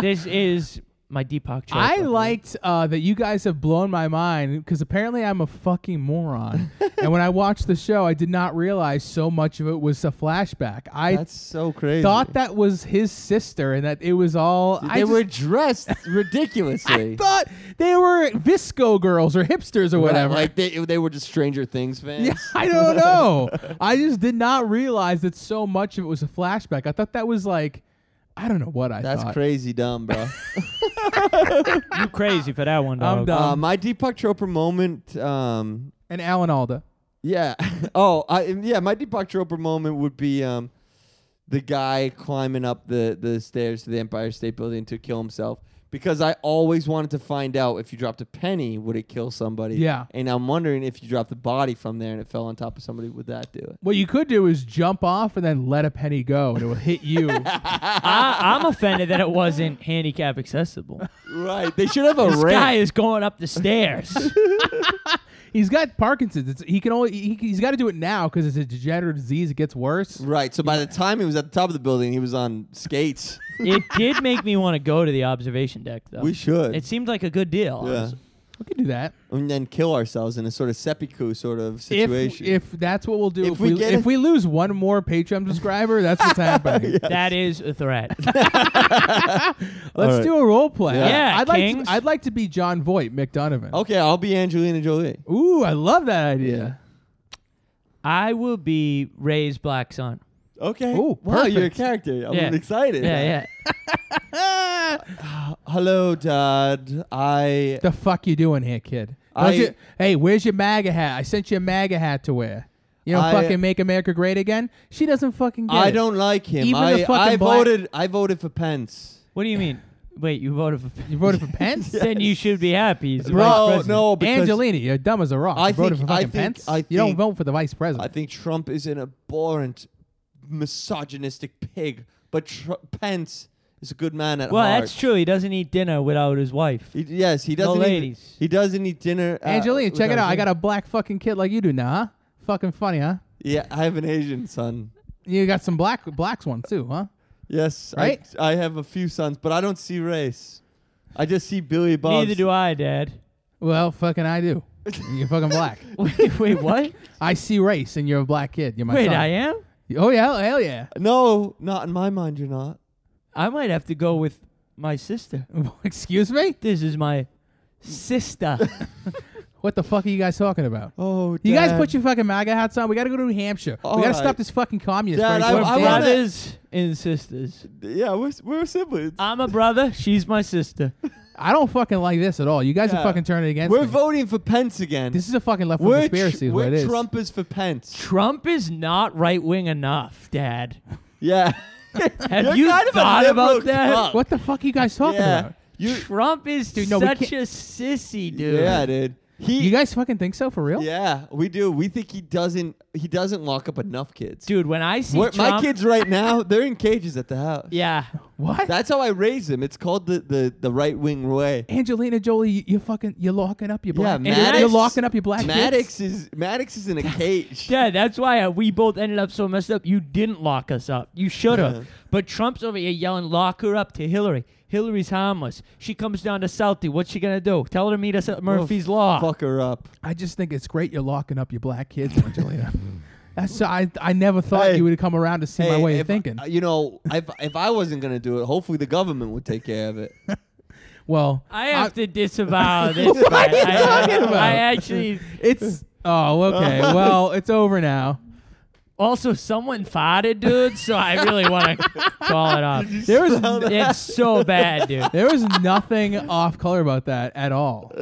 [SPEAKER 3] this is my Deepak. Chopra.
[SPEAKER 1] I liked uh, that you guys have blown my mind because apparently I'm a fucking
[SPEAKER 4] *laughs*
[SPEAKER 1] moron. and when I watched the show, I did not realize so much of it was a flashback. I
[SPEAKER 4] That's so crazy.
[SPEAKER 1] thought that was his sister and that it was all.
[SPEAKER 4] they
[SPEAKER 1] I just-
[SPEAKER 4] were
[SPEAKER 1] *laughs*
[SPEAKER 4] dressed ridiculously.
[SPEAKER 1] I thought they were visco girls or hipsters or
[SPEAKER 4] Right,
[SPEAKER 1] whatever.
[SPEAKER 4] Like they they were just Stranger Things
[SPEAKER 1] *laughs*
[SPEAKER 4] fans.
[SPEAKER 1] Yeah, I don't know. I just did not realize that so much of it was a flashback. I thought that was like, I don't know what I
[SPEAKER 4] That's
[SPEAKER 1] thought.
[SPEAKER 4] crazy dumb, bro.
[SPEAKER 3] you crazy for that one,
[SPEAKER 1] I'm
[SPEAKER 3] dog.
[SPEAKER 1] done.
[SPEAKER 4] uh,
[SPEAKER 1] Um,
[SPEAKER 4] my Deepak Chopra moment. Um,
[SPEAKER 1] And Alan Alda.
[SPEAKER 4] Yeah. *laughs* Oh, I yeah, my Deepak Chopra moment would be um the guy climbing up the the stairs to the Empire State Building to kill himself because I always wanted to find out if you dropped a penny would it kill somebody.
[SPEAKER 1] Yeah.
[SPEAKER 4] And I'm wondering if you dropped the body from there and it fell on top of somebody would that do it?
[SPEAKER 1] What you could do is jump off and then let a penny go, and it will hit
[SPEAKER 4] *laughs*
[SPEAKER 1] you.
[SPEAKER 3] I, I'm offended that it wasn't handicap accessible.
[SPEAKER 4] Right. They should have a
[SPEAKER 1] *laughs*
[SPEAKER 3] This guy
[SPEAKER 4] ramp.
[SPEAKER 3] is going up the stairs.
[SPEAKER 1] He's got Parkinson's. It's, he can only he, he's got to do it now because it's a degenerative disease. It gets worse.
[SPEAKER 4] Right. So by the time he was at the top of the building, he was on
[SPEAKER 1] *laughs*
[SPEAKER 4] skates.
[SPEAKER 3] it did make me want to go to the observation deck, though.
[SPEAKER 4] We should.
[SPEAKER 3] It seemed like a good deal.
[SPEAKER 4] yeah.
[SPEAKER 3] honestly.
[SPEAKER 1] We could do that
[SPEAKER 4] And then kill ourselves in a sort of seppuku sort of
[SPEAKER 1] if
[SPEAKER 4] situation.
[SPEAKER 1] if that's what we'll do.
[SPEAKER 4] If
[SPEAKER 1] If,
[SPEAKER 4] we
[SPEAKER 1] we,
[SPEAKER 4] get
[SPEAKER 1] if
[SPEAKER 4] it-
[SPEAKER 1] we lose one more Patreon subscriber, that's
[SPEAKER 4] *laughs*
[SPEAKER 1] what's happening.
[SPEAKER 3] That is a threat.
[SPEAKER 1] Let's do a role play.
[SPEAKER 4] Yeah.
[SPEAKER 3] Yeah,
[SPEAKER 1] I'd like
[SPEAKER 3] Kings.
[SPEAKER 1] to, I'd like to be John Voight, Mick Donovan.
[SPEAKER 4] okay, I'll be Angelina Jolie.
[SPEAKER 1] Ooh, I love that idea.
[SPEAKER 3] I will be Ray's black son.
[SPEAKER 4] Okay.
[SPEAKER 1] Ooh,
[SPEAKER 4] wow, you're a
[SPEAKER 1] perfect.
[SPEAKER 4] character. I'm
[SPEAKER 3] Yeah.
[SPEAKER 4] excited.
[SPEAKER 3] Yeah, yeah.
[SPEAKER 4] Hello, Dad. I
[SPEAKER 1] The fuck you doing here, kid?
[SPEAKER 4] I-
[SPEAKER 1] Don't you- hey, where's your MAGA hat? I sent you a MAGA hat to wear. You don't
[SPEAKER 4] I-
[SPEAKER 1] fucking make America great again. She doesn't fucking get
[SPEAKER 4] I
[SPEAKER 1] it.
[SPEAKER 4] don't like him.
[SPEAKER 1] Even the
[SPEAKER 4] I,
[SPEAKER 1] fucking
[SPEAKER 4] I
[SPEAKER 1] black-
[SPEAKER 4] voted. I voted for Pence.
[SPEAKER 3] What do you mean? Wait, you voted
[SPEAKER 4] *laughs*
[SPEAKER 3] for
[SPEAKER 1] You voted for Pence?
[SPEAKER 3] Then you should be happy. He's the
[SPEAKER 4] Bro,
[SPEAKER 3] vice president.
[SPEAKER 4] no, because
[SPEAKER 1] Angelini, you're dumb as a rock.
[SPEAKER 4] I
[SPEAKER 1] you voted
[SPEAKER 4] think-
[SPEAKER 1] for
[SPEAKER 4] I
[SPEAKER 1] fucking
[SPEAKER 4] think-
[SPEAKER 1] Pence.
[SPEAKER 4] I
[SPEAKER 1] you don't
[SPEAKER 4] think-
[SPEAKER 1] vote for the vice
[SPEAKER 4] I
[SPEAKER 1] president.
[SPEAKER 4] think Trump is an abhorrent, misogynistic pig. But Tr- Pence is a good man at
[SPEAKER 3] Well,
[SPEAKER 4] heart.
[SPEAKER 3] that's true. He doesn't eat dinner without his wife.
[SPEAKER 4] He, yes, he doesn't.
[SPEAKER 3] ladies.
[SPEAKER 4] Eat, he doesn't eat dinner. uh,
[SPEAKER 1] Angelina, check it
[SPEAKER 4] without
[SPEAKER 1] out. I
[SPEAKER 4] dinner.
[SPEAKER 1] got a black fucking kid like you do now, huh? Fucking funny, huh?
[SPEAKER 4] Yeah, I have an Asian son.
[SPEAKER 1] You got some black blacks one too, huh?
[SPEAKER 4] Yes,
[SPEAKER 1] Right?
[SPEAKER 4] I, I have a few sons, but I don't see race. I just see Billy Bob.
[SPEAKER 3] Neither do I,
[SPEAKER 4] *laughs*
[SPEAKER 3] Dad.
[SPEAKER 1] Well, fucking I do. You're fucking black.
[SPEAKER 3] Wait, wait what?
[SPEAKER 1] I see race, and you're a black kid. You're my
[SPEAKER 3] Wait,
[SPEAKER 1] son.
[SPEAKER 3] I am.
[SPEAKER 1] Oh yeah, hell yeah. *laughs*
[SPEAKER 4] No, not in my mind. You're not.
[SPEAKER 3] I might have to go with my sister. *laughs*
[SPEAKER 1] Excuse me.
[SPEAKER 3] This is my sister.
[SPEAKER 1] What the fuck are you guys talking about?
[SPEAKER 4] Oh,
[SPEAKER 1] You guys
[SPEAKER 4] Dad.
[SPEAKER 1] put your fucking MAGA hats on. We got to go to New Hampshire. we
[SPEAKER 4] All
[SPEAKER 1] got to
[SPEAKER 4] right.
[SPEAKER 1] stop this fucking communist.
[SPEAKER 4] Dad,
[SPEAKER 1] Bernie
[SPEAKER 4] *laughs* I-
[SPEAKER 3] We're
[SPEAKER 1] Sanders.
[SPEAKER 4] I wanna-
[SPEAKER 3] brothers and sisters.
[SPEAKER 4] Yeah, we're, we're siblings.
[SPEAKER 3] I'm a brother. She's my
[SPEAKER 4] *laughs*
[SPEAKER 3] sister.
[SPEAKER 1] I don't fucking like this at all. You guys
[SPEAKER 4] Yeah.
[SPEAKER 1] are fucking turning against
[SPEAKER 4] we're
[SPEAKER 1] me.
[SPEAKER 4] voting for Pence again.
[SPEAKER 1] this is a fucking left wing
[SPEAKER 4] we're
[SPEAKER 1] conspiracy.
[SPEAKER 4] Tr-
[SPEAKER 1] is what
[SPEAKER 4] we're
[SPEAKER 1] it is.
[SPEAKER 4] Trumpers for Pence.
[SPEAKER 3] Trump is not right wing enough,
[SPEAKER 4] *laughs*
[SPEAKER 3] Dad.
[SPEAKER 4] Yeah.
[SPEAKER 3] Have
[SPEAKER 4] You're
[SPEAKER 3] you
[SPEAKER 4] kind of a
[SPEAKER 3] thought
[SPEAKER 4] liberal
[SPEAKER 3] about that?
[SPEAKER 4] cuck.
[SPEAKER 1] What the fuck are you guys talking
[SPEAKER 4] yeah.
[SPEAKER 1] about?
[SPEAKER 4] You,
[SPEAKER 3] Trump is
[SPEAKER 1] Dude, no, we
[SPEAKER 3] such
[SPEAKER 1] can't-
[SPEAKER 3] a sissy, dude.
[SPEAKER 4] yeah, dude. He,
[SPEAKER 1] You guys fucking think so for real?
[SPEAKER 4] yeah, we do. We think he doesn't. He doesn't lock up enough kids.
[SPEAKER 3] Dude, when I see
[SPEAKER 4] We're-
[SPEAKER 3] Trump,
[SPEAKER 4] my kids right now, they're in cages at the house.
[SPEAKER 3] yeah,
[SPEAKER 1] What?
[SPEAKER 4] That's how I raise them. It's called the the, the right wing way.
[SPEAKER 1] Angelina Jolie, you, you fucking you're locking up your black.
[SPEAKER 4] yeah, Maddox.
[SPEAKER 1] you're locking up your black.
[SPEAKER 4] Maddox
[SPEAKER 1] kids?
[SPEAKER 4] is Maddox is in a cage.
[SPEAKER 3] Dad, that's why uh, we both ended up so messed up. You didn't lock us up. You should have. But Trump's over here yelling, "Lock her up!" to Hillary. Hillary's harmless. She comes down to Southie. What's she gonna do? Tell her to meet us
[SPEAKER 1] Oh,
[SPEAKER 3] at Murphy's Law.
[SPEAKER 4] Oh, Fuck her up.
[SPEAKER 1] I just think it's great you're locking up your black kids, Angelina. That's I I never thought
[SPEAKER 4] Hey.
[SPEAKER 1] you would come around to see my
[SPEAKER 4] Hey,
[SPEAKER 1] way
[SPEAKER 4] if
[SPEAKER 1] of thinking.
[SPEAKER 4] I- you know, if if I wasn't gonna do it, hopefully the government would take care of it.
[SPEAKER 1] well,
[SPEAKER 3] I have
[SPEAKER 1] *laughs*
[SPEAKER 3] to disavow this.
[SPEAKER 1] What
[SPEAKER 3] man.
[SPEAKER 1] are you
[SPEAKER 3] I,
[SPEAKER 1] talking about?
[SPEAKER 3] I actually
[SPEAKER 1] It's oh
[SPEAKER 4] *laughs*
[SPEAKER 1] okay. well, it's over now.
[SPEAKER 3] also someone farted, dude. So I
[SPEAKER 1] *laughs*
[SPEAKER 3] really want to call it off.
[SPEAKER 1] *laughs* There
[SPEAKER 4] *laughs*
[SPEAKER 1] was
[SPEAKER 3] It's so bad, dude.
[SPEAKER 1] there was nothing off color about that at
[SPEAKER 4] *laughs*
[SPEAKER 1] all.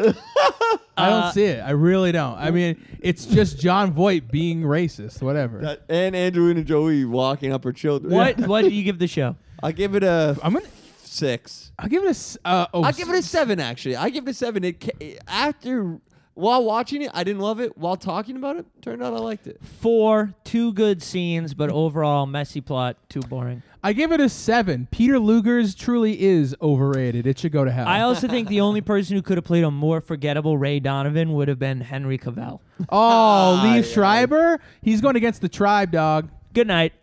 [SPEAKER 1] I don't
[SPEAKER 4] Uh,
[SPEAKER 1] see it. I really don't. I mean, it's just John Voight being racist. Whatever.
[SPEAKER 4] That- and Andrew and Joey walking up her children.
[SPEAKER 3] What what do you give the show?
[SPEAKER 4] *laughs* I give it a
[SPEAKER 1] I'm gonna.
[SPEAKER 4] six.
[SPEAKER 1] I'll give it a. s- Uh, oh,
[SPEAKER 4] I give it a seven. Actually, I give it a seven. It ca- after while watching it, I didn't love it. While talking about it, turned out I liked it.
[SPEAKER 3] Four, two good scenes, but overall messy plot, too boring.
[SPEAKER 1] I give it a seven. Peter Luger's truly is overrated. It should go to hell.
[SPEAKER 3] I also think the only person who could have played a more forgettable Ray Donovan would have been Henry Cavell.
[SPEAKER 1] oh, leave Schreiber. He's going against the tribe, dog.
[SPEAKER 3] Good night.